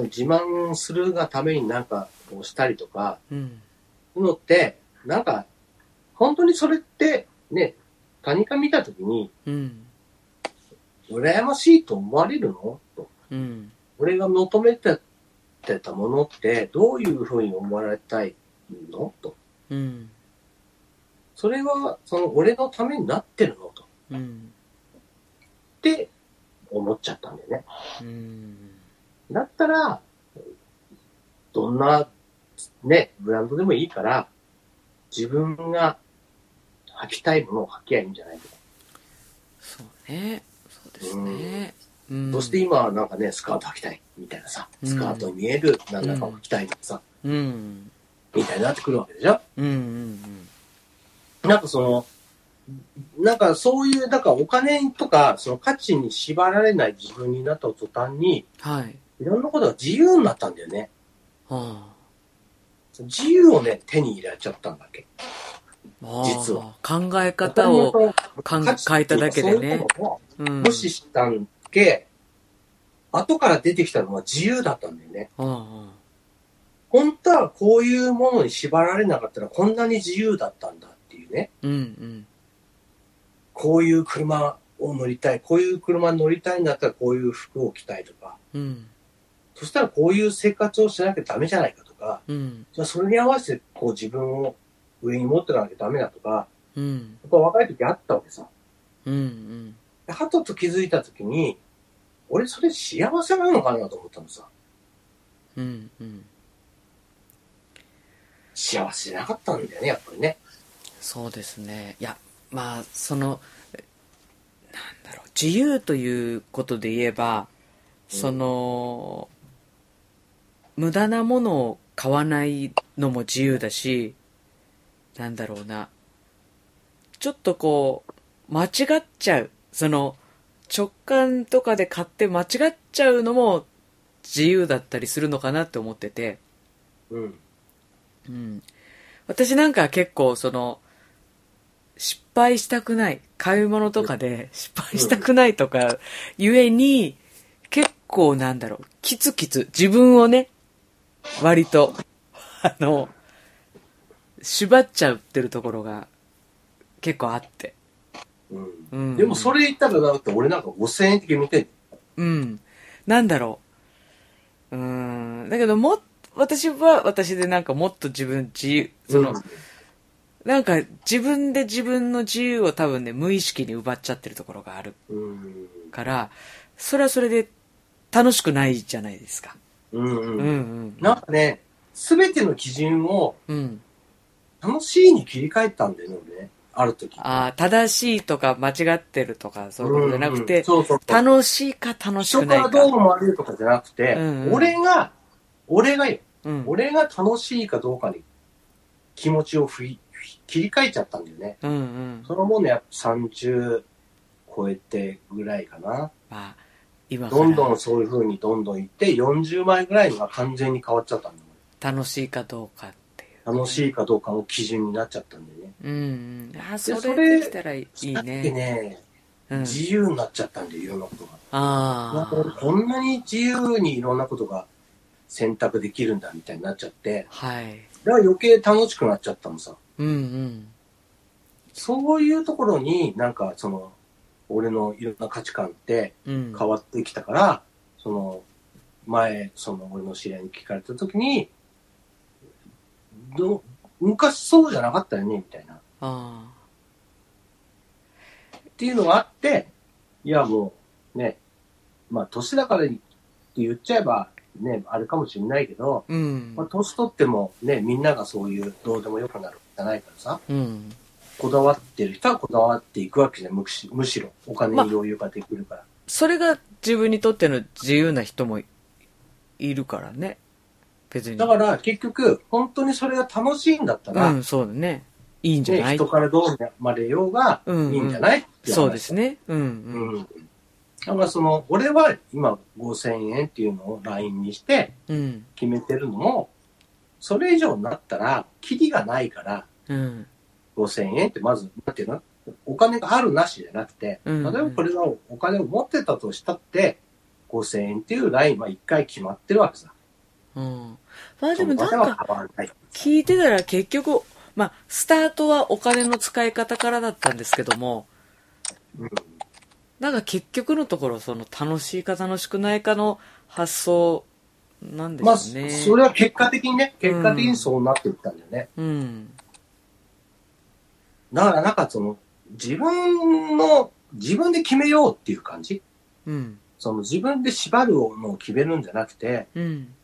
[SPEAKER 1] 自慢するがためになんかをしたりとか、
[SPEAKER 2] うん。
[SPEAKER 1] いうのって、なんか、本当にそれって、ね、他人から見たときに、
[SPEAKER 2] うん。
[SPEAKER 1] 羨ましいと思われるのと。
[SPEAKER 2] うん。
[SPEAKER 1] 俺が求めてたものって、どういうふうに思われたいのと。
[SPEAKER 2] うん。
[SPEAKER 1] それは、その、俺のためになってるのと。
[SPEAKER 2] うん。
[SPEAKER 1] って、思っちゃったんだよね。
[SPEAKER 2] うん。
[SPEAKER 1] だったら、どんな、ね、ブランドでもいいから、自分が履きたいものを履きゃいいんじゃないか。
[SPEAKER 2] そうね。そうですね。うん。
[SPEAKER 1] そして今はなんかね、スカート履きたい、みたいなさ、スカートに見えるなんだかを履きたいとかさ、
[SPEAKER 2] うん。
[SPEAKER 1] みたいになってくるわけでしょ
[SPEAKER 2] うん。うん。
[SPEAKER 1] なんかその、なんかそういう、なんかお金とか、その価値に縛られない自分になった途端に、
[SPEAKER 2] はい。
[SPEAKER 1] いろんなことが自由になったんだよね。
[SPEAKER 2] あ
[SPEAKER 1] 自由をね、手に入れちゃったんだっけ。
[SPEAKER 2] あ。
[SPEAKER 1] 実は。
[SPEAKER 2] 考え方を
[SPEAKER 1] お金と
[SPEAKER 2] かん
[SPEAKER 1] 価値
[SPEAKER 2] 変えただけで
[SPEAKER 1] そういう
[SPEAKER 2] ね
[SPEAKER 1] も。のを
[SPEAKER 2] うん。
[SPEAKER 1] 無視したんけ、後から出てきたのは自由だったんだよね。
[SPEAKER 2] あ
[SPEAKER 1] 本当はこういうものに縛られなかったらこんなに自由だったんだっていうね。
[SPEAKER 2] あ。うん。うん。
[SPEAKER 1] こういう車を乗りたい。こういう車に乗りたいんだったらこういう服を着たいとか。
[SPEAKER 2] うん。
[SPEAKER 1] そしたらこういう生活をしなきゃダメじゃないかとか。
[SPEAKER 2] うん。
[SPEAKER 1] じゃあそれに合わせてこう自分を上に持っていかなきゃダメだとか。
[SPEAKER 2] うん。
[SPEAKER 1] 僕は若い時あったわけさ。
[SPEAKER 2] うん。うん。
[SPEAKER 1] ではとと気づいた時に、俺それ幸せなのかなと思ったのさ。
[SPEAKER 2] うん。うん。
[SPEAKER 1] 幸せじゃなかったんだよね、やっぱりね。
[SPEAKER 2] そうですね。いや、まあ、その、えなんだろう、自由ということで言えば、
[SPEAKER 1] うん
[SPEAKER 2] その、無駄なものを買わないのも自由だし、なんだろうな、ちょっとこう、間違っちゃう。その、直感とかで買って間違っちゃうのも自由だったりするのかなって思ってて。
[SPEAKER 1] うん。
[SPEAKER 2] うん、私なんか結構その失敗したくない買い物とかで失敗したくないとかゆえに結構なんだろうキツキツ自分をね割とあの縛っちゃってるところが結構あって
[SPEAKER 1] うん
[SPEAKER 2] うん
[SPEAKER 1] でもそれ言ったらだって俺なんか5000円って決めてん
[SPEAKER 2] うんなんだろううーんだけどもっ私は私でなんかもっと自分自由その、なんか自分で自分の自由を多分ね、無意識に奪っちゃってるところがある
[SPEAKER 1] うん。
[SPEAKER 2] から、それはそれで楽しくないじゃないですか。
[SPEAKER 1] うん
[SPEAKER 2] うん
[SPEAKER 1] う。
[SPEAKER 2] うんん。
[SPEAKER 1] なんかね、すべての基準を
[SPEAKER 2] うん。
[SPEAKER 1] 楽しいに切り替えたんだよね、俺ね。ある時。
[SPEAKER 2] ああ、正しいとか間違ってるとかそういうことじゃなく
[SPEAKER 1] うんう
[SPEAKER 2] て
[SPEAKER 1] ん、そうそうそう。
[SPEAKER 2] 楽しいか楽しく
[SPEAKER 1] 人
[SPEAKER 2] な
[SPEAKER 1] か
[SPEAKER 2] い
[SPEAKER 1] ら
[SPEAKER 2] か。
[SPEAKER 1] どう思われるとかじゃなくて
[SPEAKER 2] うんう、ん
[SPEAKER 1] 俺が、俺がよ、
[SPEAKER 2] うん。
[SPEAKER 1] 俺が楽しいかどうかに気持ちを振り切り替えちゃったんだよね。
[SPEAKER 2] うんうん。
[SPEAKER 1] それはもうね、やっぱ30超えてぐらいかな。
[SPEAKER 2] まあ、今か
[SPEAKER 1] どんど
[SPEAKER 2] ら
[SPEAKER 1] んそういう風にどんどん行って、40枚ぐらいには完全に変わっちゃったんだ
[SPEAKER 2] 楽しいかどうかっていう。
[SPEAKER 1] 楽しいかどうかの基準になっちゃったんだよね。
[SPEAKER 2] うんうん。あ、そ
[SPEAKER 1] そ
[SPEAKER 2] れ
[SPEAKER 1] れ
[SPEAKER 2] できたらいい
[SPEAKER 1] だって
[SPEAKER 2] ね。
[SPEAKER 1] ね、
[SPEAKER 2] うん。
[SPEAKER 1] 自由になっちゃったんだよ、いろんなことが。なん
[SPEAKER 2] あ
[SPEAKER 1] か俺
[SPEAKER 2] あ。
[SPEAKER 1] こんなに自由にいろんなことが選択できるんだみたいになっちゃって、
[SPEAKER 2] はい。
[SPEAKER 1] だから余計楽しくなっちゃったのさ。
[SPEAKER 2] うんうん。
[SPEAKER 1] そういうところになんかその、俺のいろんな価値観って
[SPEAKER 2] うん。
[SPEAKER 1] 変わってきたから、その、前、その俺の知り合いに聞かれた時に、ど昔そうじゃなかったよね、みたいな。
[SPEAKER 2] あ
[SPEAKER 1] っていうのがあって、いやもうね、まあ年だからって言っちゃえばね、あれかもしれないけど、
[SPEAKER 2] あ。うん
[SPEAKER 1] まあ。年取ってもね、みんながそういうどうでもよくなるじゃないからさ、
[SPEAKER 2] うん。
[SPEAKER 1] こだわってる人はこだわっていくわけじゃん、むしむしろお金に余裕ができるから。
[SPEAKER 2] それが自分にとっての自由な人もいいるからね。別に。
[SPEAKER 1] だから結局、本当にそれが楽しいんだったら、
[SPEAKER 2] うん、そうだね。いいんじゃ
[SPEAKER 1] ね
[SPEAKER 2] ない、
[SPEAKER 1] 人からどう生まれようがい
[SPEAKER 2] うんうん
[SPEAKER 1] いんじゃない、っていう話
[SPEAKER 2] そうです。ね。うんうん。
[SPEAKER 1] うん。だからその、俺は今5000円っていうのを LINE にして、
[SPEAKER 2] うん。
[SPEAKER 1] 決めてるのも、それ以上になったら、キリがないから、
[SPEAKER 2] うん。
[SPEAKER 1] 5000円ってまず、なんていうのお金があるなしじゃなくて、
[SPEAKER 2] う
[SPEAKER 1] 例
[SPEAKER 2] ん
[SPEAKER 1] えばこれがお金を持ってたとしたって、5000円っていうラインは一回決まってるわけさ。
[SPEAKER 2] うん。まあで
[SPEAKER 1] そ
[SPEAKER 2] も
[SPEAKER 1] の
[SPEAKER 2] なん
[SPEAKER 1] 金は
[SPEAKER 2] か、
[SPEAKER 1] 変わらない。
[SPEAKER 2] 聞いてたら結局、まあ、スタートはお金の使い方からだったんですけども、
[SPEAKER 1] うん
[SPEAKER 2] なんか結局のところ、その楽しいか楽しくないかの発想なんで
[SPEAKER 1] まあ、
[SPEAKER 2] す
[SPEAKER 1] そ
[SPEAKER 2] ね。
[SPEAKER 1] れは結果的にね、結果的にそうなっていったんだよね。
[SPEAKER 2] うん。
[SPEAKER 1] だからなんかその、自分の、自分で決めようっていう感じ
[SPEAKER 2] うん。
[SPEAKER 1] その自分で縛るのを決めるんじゃなくて、
[SPEAKER 2] うん。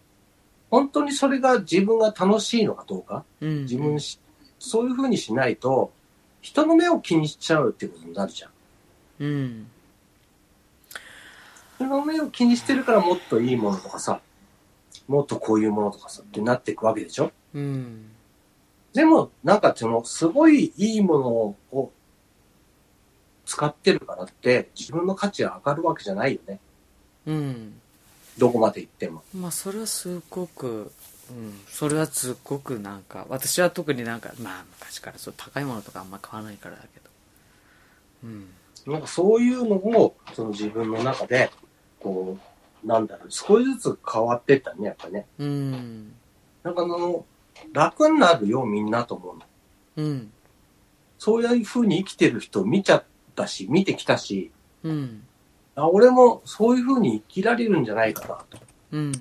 [SPEAKER 1] 本当にそれが自分が楽しいのかどうか
[SPEAKER 2] うん。
[SPEAKER 1] 自分し、そういう風にしないと、人の目を気にしちゃうっていうことになるじゃん。
[SPEAKER 2] うん。
[SPEAKER 1] 人の目を気にしてるからもっといいものとかさ、もっとこういうものとかさってなっていくわけでしょ
[SPEAKER 2] うん。
[SPEAKER 1] でも、なんかその、すごいいいものを使ってるからって、自分の価値は上がるわけじゃないよね。
[SPEAKER 2] うん。
[SPEAKER 1] どこまで行っても。
[SPEAKER 2] まあそれはすごく、うん、それはすごくなんか私は特になんかまあ昔からそう高いものとかあんま買わないからだけどうん
[SPEAKER 1] なんかそういうのを、その自分の中で、こう、なんだろう、少しずつ変わってったね、やっぱね。
[SPEAKER 2] うん
[SPEAKER 1] なんかあの、楽になるよ、みんなと思うの。
[SPEAKER 2] うん
[SPEAKER 1] そういう風に生きてる人見ちゃったし、見てきたし、
[SPEAKER 2] うん
[SPEAKER 1] あ俺もそういう風に生きられるんじゃないかなと、
[SPEAKER 2] うん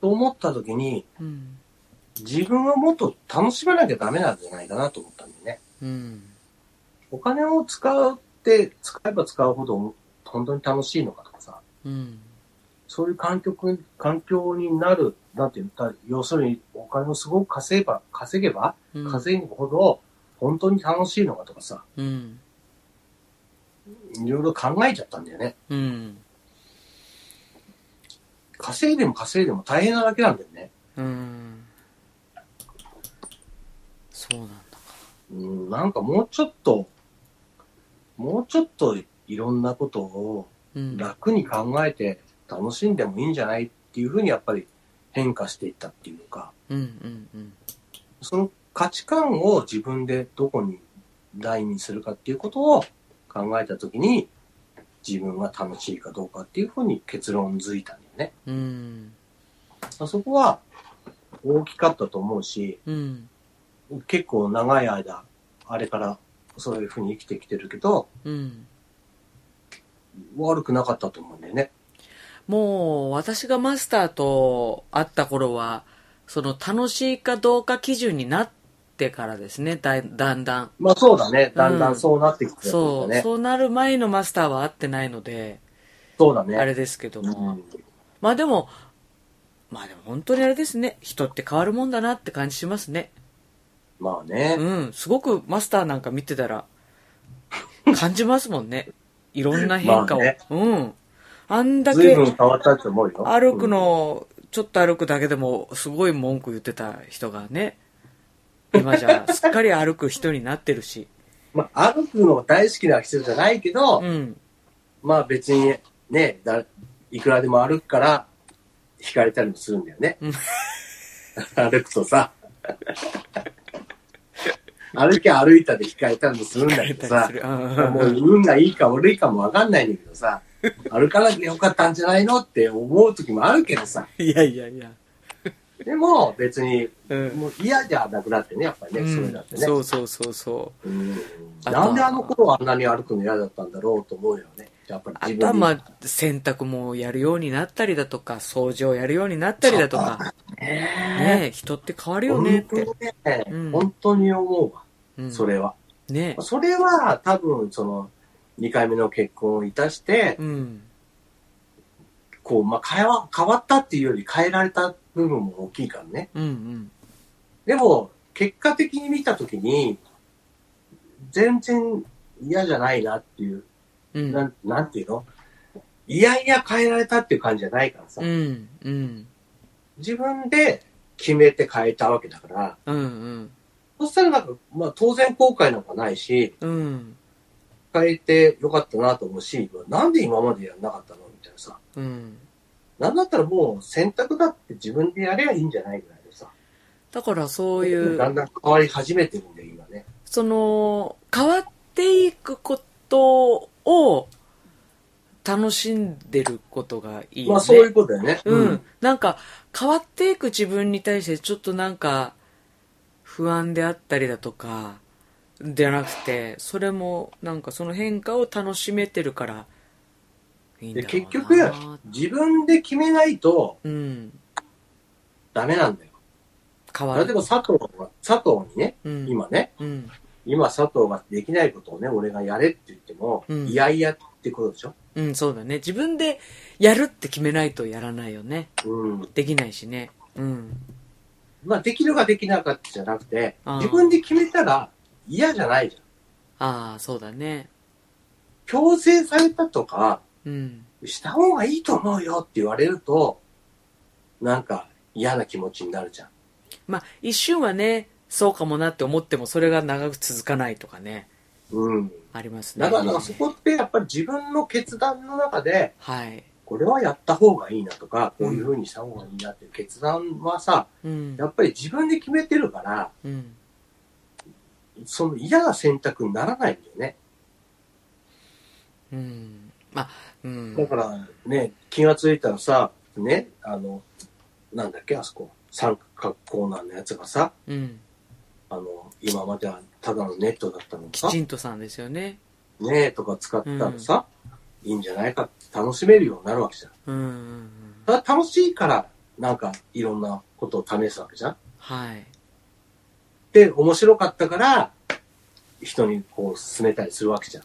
[SPEAKER 1] と思った時に、
[SPEAKER 2] うん
[SPEAKER 1] 自分はもっと楽しめなきゃダメなんじゃないかなと思ったんだよね。
[SPEAKER 2] うん
[SPEAKER 1] お金を使うって、使えば使うほど本当に楽しいのかとかさ、
[SPEAKER 2] うん
[SPEAKER 1] そういう環境、環境になる、なんて言ったら、要するにお金をすごく稼げば、稼げば、
[SPEAKER 2] うん
[SPEAKER 1] 稼ぐほど本当に楽しいのかとかさ、
[SPEAKER 2] うん
[SPEAKER 1] いろいろ考えちゃったんだよね。
[SPEAKER 2] うん
[SPEAKER 1] 稼いでも稼いでも大変なだけなんだよね。
[SPEAKER 2] うんそうなんだ
[SPEAKER 1] うん、なんかもうちょっと、もうちょっといろんなことを
[SPEAKER 2] うん
[SPEAKER 1] 楽に考えて楽しんでもいいんじゃないっていうふうにやっぱり変化していったっていうか、
[SPEAKER 2] うんうんうん
[SPEAKER 1] その価値観を自分でどこにラインにするかっていうことを考えたときに、自分が楽しいかどうかっていうふうに結論づいたんだよね。
[SPEAKER 2] うん
[SPEAKER 1] あそこは大きかったと思うし、
[SPEAKER 2] うん
[SPEAKER 1] 結構長い間、あれからそういうふうに生きてきてるけど、
[SPEAKER 2] うん
[SPEAKER 1] 悪くなかったと思うんだよね。
[SPEAKER 2] もう私がマスターと会った頃はその楽しいかどうか基準になってからですねだだんだん
[SPEAKER 1] まあそうだね。だんだ
[SPEAKER 2] うん
[SPEAKER 1] んそうなってきてる
[SPEAKER 2] そ
[SPEAKER 1] ん
[SPEAKER 2] う、
[SPEAKER 1] だね。
[SPEAKER 2] そうなる前のマスターは会ってないので、
[SPEAKER 1] そうだね。
[SPEAKER 2] あれですけど
[SPEAKER 1] う
[SPEAKER 2] も、
[SPEAKER 1] ん
[SPEAKER 2] まあでもまあでも本当にあれですね人って変わるもんだなって感じしますね
[SPEAKER 1] まあね、
[SPEAKER 2] うんすごくマスターなんか見てた
[SPEAKER 1] [laughs]
[SPEAKER 2] ら感じますもんねいろんな変化を、
[SPEAKER 1] まあね
[SPEAKER 2] うんあんだ
[SPEAKER 1] 随
[SPEAKER 2] け
[SPEAKER 1] 分変わったと思うよ。
[SPEAKER 2] 歩くの、ちょっと歩くだけでもすごい文句言ってた人がね、今じゃ、すっかり歩く人になってる
[SPEAKER 1] [laughs]
[SPEAKER 2] し。
[SPEAKER 1] まあ、歩くのが大好きな人じゃないけど、
[SPEAKER 2] うん。
[SPEAKER 1] まあ別にね、だいくらでも歩くから、惹かれたりもするんだよね
[SPEAKER 2] うん。
[SPEAKER 1] [laughs] 歩くとさ。 [laughs] 歩きゃ歩いたで惹かれたりもするんだけどさ
[SPEAKER 2] す。る。うん
[SPEAKER 1] もう運がいいか悪いかもわかんないんだけどさ、歩かなきゃよかったんじゃないのって思う時もあるけどさ。
[SPEAKER 2] [laughs] いやいやいや。
[SPEAKER 1] でも別に、
[SPEAKER 2] うん。
[SPEAKER 1] もう嫌じゃなくなってね、やっぱりね、それだってね。
[SPEAKER 2] そうそうそうそう。
[SPEAKER 1] うん
[SPEAKER 2] あとは
[SPEAKER 1] なんであの頃はあんなに歩くの嫌だったんだろうと思うよね。やっぱり
[SPEAKER 2] あ
[SPEAKER 1] 自
[SPEAKER 2] とは
[SPEAKER 1] 分に
[SPEAKER 2] まあ、洗濯もやるようになったりだとか、掃除をやるようになったりだとか、ねえ人って変わるよねっ
[SPEAKER 1] 本当
[SPEAKER 2] て
[SPEAKER 1] に。ね、
[SPEAKER 2] うん
[SPEAKER 1] 本当に思うわ、
[SPEAKER 2] うん
[SPEAKER 1] それは。
[SPEAKER 2] ね
[SPEAKER 1] それは多分、その、2回目の結婚をいたして、
[SPEAKER 2] うん。
[SPEAKER 1] こう、まあ、変わ、変わったっていうより変えられた部分も大きいからね。
[SPEAKER 2] うんうん。
[SPEAKER 1] でも、結果的に見たときに、全然嫌じゃないなっていう、
[SPEAKER 2] うん。
[SPEAKER 1] なん、なんていうのいやいや変えられたっていう感じじゃないからさ、
[SPEAKER 2] うん。うん。
[SPEAKER 1] 自分で決めて変えたわけだから、
[SPEAKER 2] うんうん。
[SPEAKER 1] そしたらなんか、まあ、当然後悔なんかないし、
[SPEAKER 2] うん。
[SPEAKER 1] 変えてよかったなと思うし、なんで今までやんなかったのみたいなさ。
[SPEAKER 2] うん。
[SPEAKER 1] なんだったらもう選択だって自分でやればいいんじゃないぐらいのさ。
[SPEAKER 2] だからそういう
[SPEAKER 1] だ、んだん変わり始めてるんだよ、今ね。
[SPEAKER 2] その、変わっていくことを楽しんでることがいいよね。
[SPEAKER 1] まあそういうことだよね。
[SPEAKER 2] うん。なんか、変わっていく自分に対して、ちょっとなんか、不安であったりだとか、じゃなくて、それも、なんかその変化を楽しめてるから、いいんだ
[SPEAKER 1] で
[SPEAKER 2] ろうな
[SPEAKER 1] 結局、自分で決めないと
[SPEAKER 2] うん。
[SPEAKER 1] ダメなんだよ。
[SPEAKER 2] 変わ
[SPEAKER 1] 例え
[SPEAKER 2] る。
[SPEAKER 1] ば佐藤が、佐藤にね、
[SPEAKER 2] うん。
[SPEAKER 1] 今ね、
[SPEAKER 2] うん。
[SPEAKER 1] 今佐藤ができないことをね、俺がやれって言っても、
[SPEAKER 2] うん
[SPEAKER 1] いやいやってことでしょ
[SPEAKER 2] うん、そうだね。自分でやるって決めないとやらないよね。
[SPEAKER 1] うん。
[SPEAKER 2] できないしね。うん。
[SPEAKER 1] まあできるかできなかったじゃなくて、
[SPEAKER 2] あー
[SPEAKER 1] 自分で決めたら嫌じゃないじゃん。
[SPEAKER 2] ああ、そうだね。
[SPEAKER 1] 強制されたとか、
[SPEAKER 2] うん。
[SPEAKER 1] した方がいいと思うよって言われると、なんか嫌な気持ちになるじゃん。
[SPEAKER 2] まあ、一瞬はね、そうかもなって思っても、それが長く続かないとかね。
[SPEAKER 1] うん。
[SPEAKER 2] ありますね。
[SPEAKER 1] だからそこってやっぱり自分の決断の中で、
[SPEAKER 2] はい。
[SPEAKER 1] これはやった方がいいなとか、
[SPEAKER 2] うん
[SPEAKER 1] こういう風にした方がいいなっていう決断はさ、
[SPEAKER 2] うん
[SPEAKER 1] や。っぱり自分で決めてるから、
[SPEAKER 2] うん。
[SPEAKER 1] その嫌な選択にならないんだよね。
[SPEAKER 2] うん。まあ、うん。
[SPEAKER 1] だからね、気がついたらさ、ね、あの、なんだっけ、あそこ、三角コーナーのやつがさ、
[SPEAKER 2] うん。
[SPEAKER 1] あの、今まではただのネットだったのか。
[SPEAKER 2] きちんとさんですよね。
[SPEAKER 1] ねえとか使ったらさ、いいんじゃないかって楽しめるようになるわけじゃん。
[SPEAKER 2] うんうんうん。
[SPEAKER 1] ただ楽しいから、なんかいろんなことを試すわけじゃん。
[SPEAKER 2] はい。
[SPEAKER 1] で、面白かったから、人にこう勧めたりするわけじゃん。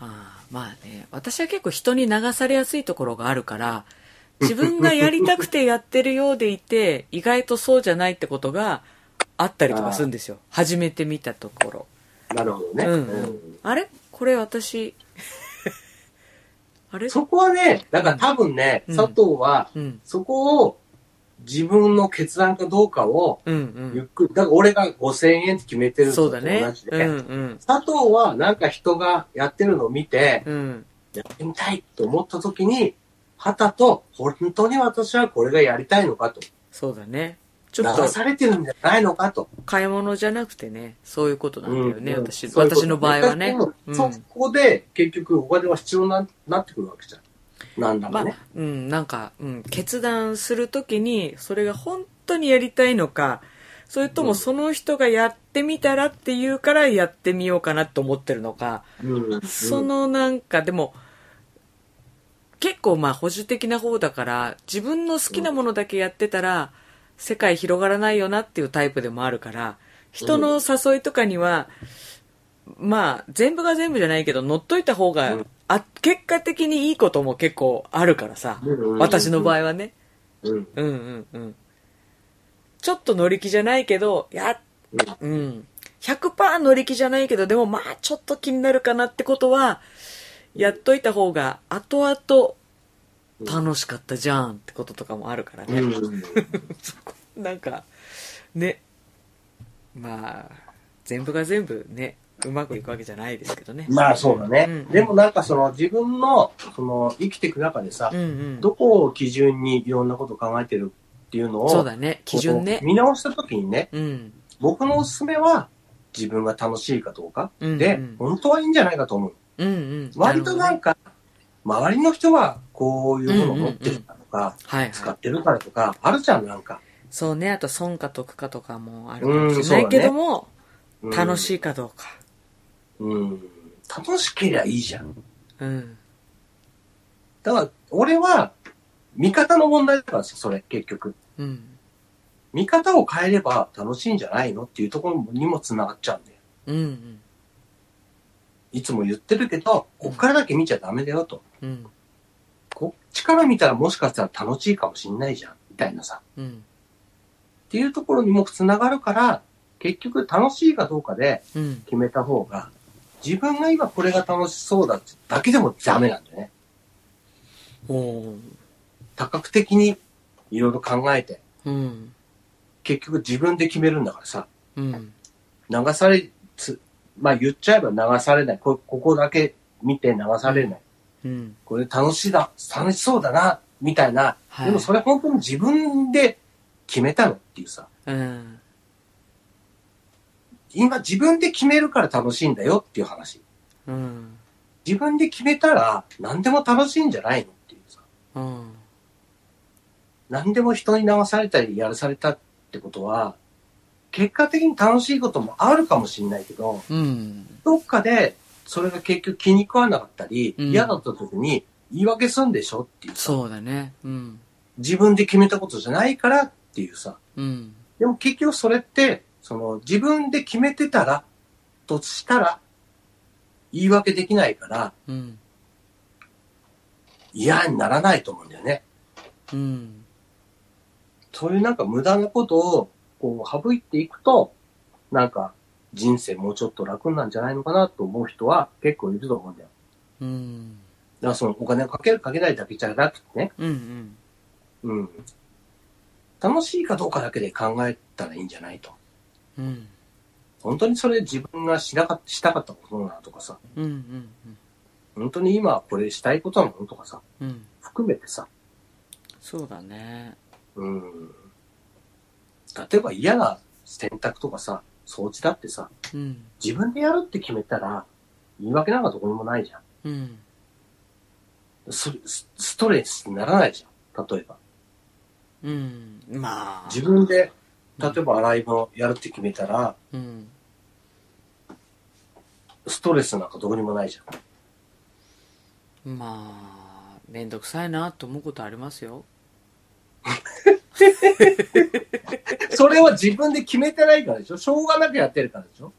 [SPEAKER 2] ああ、まあね。私は結構人に流されやすいところがあるから、自分がやりたくてやってるようでいて、意外とそうじゃないってことがあったりとかするんですよ。始めてみたところ。
[SPEAKER 1] なるほどね。
[SPEAKER 2] うんうん、あれこれ私あれ
[SPEAKER 1] そこはね、だから多分ね、
[SPEAKER 2] うん
[SPEAKER 1] 佐藤は、
[SPEAKER 2] うん
[SPEAKER 1] そこを自分の決断かどうかを、
[SPEAKER 2] うん
[SPEAKER 1] ゆっくり、だから俺が5000円って決めて
[SPEAKER 2] う
[SPEAKER 1] る
[SPEAKER 2] ん
[SPEAKER 1] の
[SPEAKER 2] そう
[SPEAKER 1] と
[SPEAKER 2] だ
[SPEAKER 1] 同
[SPEAKER 2] ね
[SPEAKER 1] じ
[SPEAKER 2] う
[SPEAKER 1] で、
[SPEAKER 2] んうん
[SPEAKER 1] 佐藤はなんか人がやってるのを見て、
[SPEAKER 2] うん
[SPEAKER 1] やってみたいと思った時に、はたと、本当に私はこれがやりたいのかと。
[SPEAKER 2] そうだねち
[SPEAKER 1] 流
[SPEAKER 2] ょっと
[SPEAKER 1] されてるんじゃないのかと。
[SPEAKER 2] 買い物じゃなくてねそういうことなんだよね、
[SPEAKER 1] うん
[SPEAKER 2] 私
[SPEAKER 1] そういうこと
[SPEAKER 2] 私の場合はね
[SPEAKER 1] だけ
[SPEAKER 2] うん
[SPEAKER 1] どそこで、結局お金は必要な、なってくるわけじゃん。なんだ
[SPEAKER 2] ま
[SPEAKER 1] か
[SPEAKER 2] あ
[SPEAKER 1] ね。
[SPEAKER 2] うんなんか、うん、決断するときにそれが本当にやりたいのかそれと
[SPEAKER 1] う
[SPEAKER 2] も
[SPEAKER 1] ん
[SPEAKER 2] その人がやってみたらっていうからやってみようかなと思ってるのか、
[SPEAKER 1] うん
[SPEAKER 2] そ、のなんかでも結構まあ保守的な方だから自分の好きなものだけやってたら世界広がらないよなっていうタイプでもあるから人の誘いとかにはまあ全部が全部じゃないけど乗っといた方
[SPEAKER 1] う
[SPEAKER 2] が
[SPEAKER 1] ん
[SPEAKER 2] あ結果的にいいことも結構あるからさ私の場
[SPEAKER 1] 合。
[SPEAKER 2] 合はね
[SPEAKER 1] うんうん
[SPEAKER 2] うんうんうんちょっと乗り気じゃないけどやうん。100%乗り気じゃないけど、でもまあちょっと気になるかなってことは、やっといた方が後々楽しかったじゃんってこととかもあるから
[SPEAKER 1] う
[SPEAKER 2] ね。
[SPEAKER 1] んうん
[SPEAKER 2] そこなんか、ね、まあ、全部が全部ね、うまくいくわけじゃないですけどね。
[SPEAKER 1] まあそうだね。
[SPEAKER 2] うん
[SPEAKER 1] でもなんかその自分の、その生きていく中でさ、
[SPEAKER 2] うんうん。
[SPEAKER 1] どこを基準にいろんなことを考えてるっていうのを、
[SPEAKER 2] そうだね、基準
[SPEAKER 1] こ
[SPEAKER 2] ね
[SPEAKER 1] う。見直した時にね、
[SPEAKER 2] うん。
[SPEAKER 1] 僕のおすすめは自分が楽しいかどうか。
[SPEAKER 2] うんうん
[SPEAKER 1] で、
[SPEAKER 2] うん
[SPEAKER 1] 本当はいいんじゃないかと思う。
[SPEAKER 2] うん。
[SPEAKER 1] 割となん
[SPEAKER 2] る
[SPEAKER 1] か、周りの人はこういうものを持ってるかとか、
[SPEAKER 2] ほどねはい
[SPEAKER 1] 使
[SPEAKER 2] は
[SPEAKER 1] っ
[SPEAKER 2] い。
[SPEAKER 1] てるからとか、あるじゃん、なんか。
[SPEAKER 2] そうね、あと損か得かとかもあるかもし
[SPEAKER 1] うん
[SPEAKER 2] れ
[SPEAKER 1] そう
[SPEAKER 2] な
[SPEAKER 1] だ
[SPEAKER 2] い
[SPEAKER 1] ね
[SPEAKER 2] けども、
[SPEAKER 1] うん
[SPEAKER 2] 楽しいかどうか。
[SPEAKER 1] うん。楽しけりゃいいじゃん。
[SPEAKER 2] うん。
[SPEAKER 1] だから、俺は、見方の問題だからさ、それ、結局。
[SPEAKER 2] うん。
[SPEAKER 1] 見方を変えれば楽しいんじゃないのっていうところにも繋がっちゃうんだよ。
[SPEAKER 2] うんうん。
[SPEAKER 1] いつも言ってるけど、こっからだけ見ちゃダメだよと。
[SPEAKER 2] うん。
[SPEAKER 1] こっちから見たらもしかしたら楽しいかもしんないじゃん、みたいなさ。
[SPEAKER 2] うん。
[SPEAKER 1] っていうところにも繋がるから、結局楽しいかどうかで
[SPEAKER 2] うん。
[SPEAKER 1] 決めた方が、自分が今これが楽しそうだってだけでもダメなんだよね。
[SPEAKER 2] おー
[SPEAKER 1] 多角的にいろいろ考えて、
[SPEAKER 2] うん。
[SPEAKER 1] 結局自分で決めるんだからさ、
[SPEAKER 2] うん。
[SPEAKER 1] 流されつ、まあ言っちゃえば流されない。こここだけ見て流されない。
[SPEAKER 2] うん。
[SPEAKER 1] これ楽しいだ、楽しそうだな、みたいな。
[SPEAKER 2] はい。
[SPEAKER 1] でもそれ本当に自分で決めたのっていうさ、
[SPEAKER 2] うん。
[SPEAKER 1] 今自分で決めるから楽しいんだよっていう話。
[SPEAKER 2] うん。
[SPEAKER 1] 自分で決めたら何でも楽しいんじゃないのっていうさ。
[SPEAKER 2] うん。
[SPEAKER 1] 何でも人に流されたりやらされたってことは、結果的に楽しいこともあるかもしれないけど、
[SPEAKER 2] うん。
[SPEAKER 1] どっかでそれが結局気に食わなかったり、
[SPEAKER 2] うん
[SPEAKER 1] 嫌だった時に言い訳すんでしょっていう。
[SPEAKER 2] そうだね。うん。
[SPEAKER 1] 自分で決めたことじゃないからっていうさ。
[SPEAKER 2] うん。
[SPEAKER 1] でも結局それって、その自分で決めてたら、としたら、言い訳できないから
[SPEAKER 2] うん。
[SPEAKER 1] 嫌にならないと思うんだよね。
[SPEAKER 2] うん。
[SPEAKER 1] そういうなんか無駄なことをこう省いていくと、なんか人生もうちょっと楽なんじゃないのかなと思う人は結構いると思うんだよ。
[SPEAKER 2] うん。
[SPEAKER 1] だからそのお金をかけるかけないだけじゃなくてね、
[SPEAKER 2] うん。うん。
[SPEAKER 1] うん。楽しいかどうかだけで考えたらいいんじゃないと。
[SPEAKER 2] うん。
[SPEAKER 1] 本当にそれ自分がしなかっしたかったことなのとかさ、
[SPEAKER 2] うん。うん。
[SPEAKER 1] 本当に今これしたいことなのとかさ、
[SPEAKER 2] うん。
[SPEAKER 1] 含めてさ、
[SPEAKER 2] そうだね。
[SPEAKER 1] うん。例えば嫌な選択とかさ、掃除だってさ、
[SPEAKER 2] うん。
[SPEAKER 1] 自分でやるって決めたら、言い訳なんかどこにもないじゃん。
[SPEAKER 2] うん。
[SPEAKER 1] それスストレスにならないじゃん。例えば。
[SPEAKER 2] うん。まあ。
[SPEAKER 1] 自分で、例えば洗い物やるって決めたら、
[SPEAKER 2] うん。
[SPEAKER 1] ストレスなんかどこにもないじゃん。
[SPEAKER 2] まあ、めんどくさいなと思うことありますよ。
[SPEAKER 1] それは自分で決めてないからでしょしょうがなくやってるからでしょ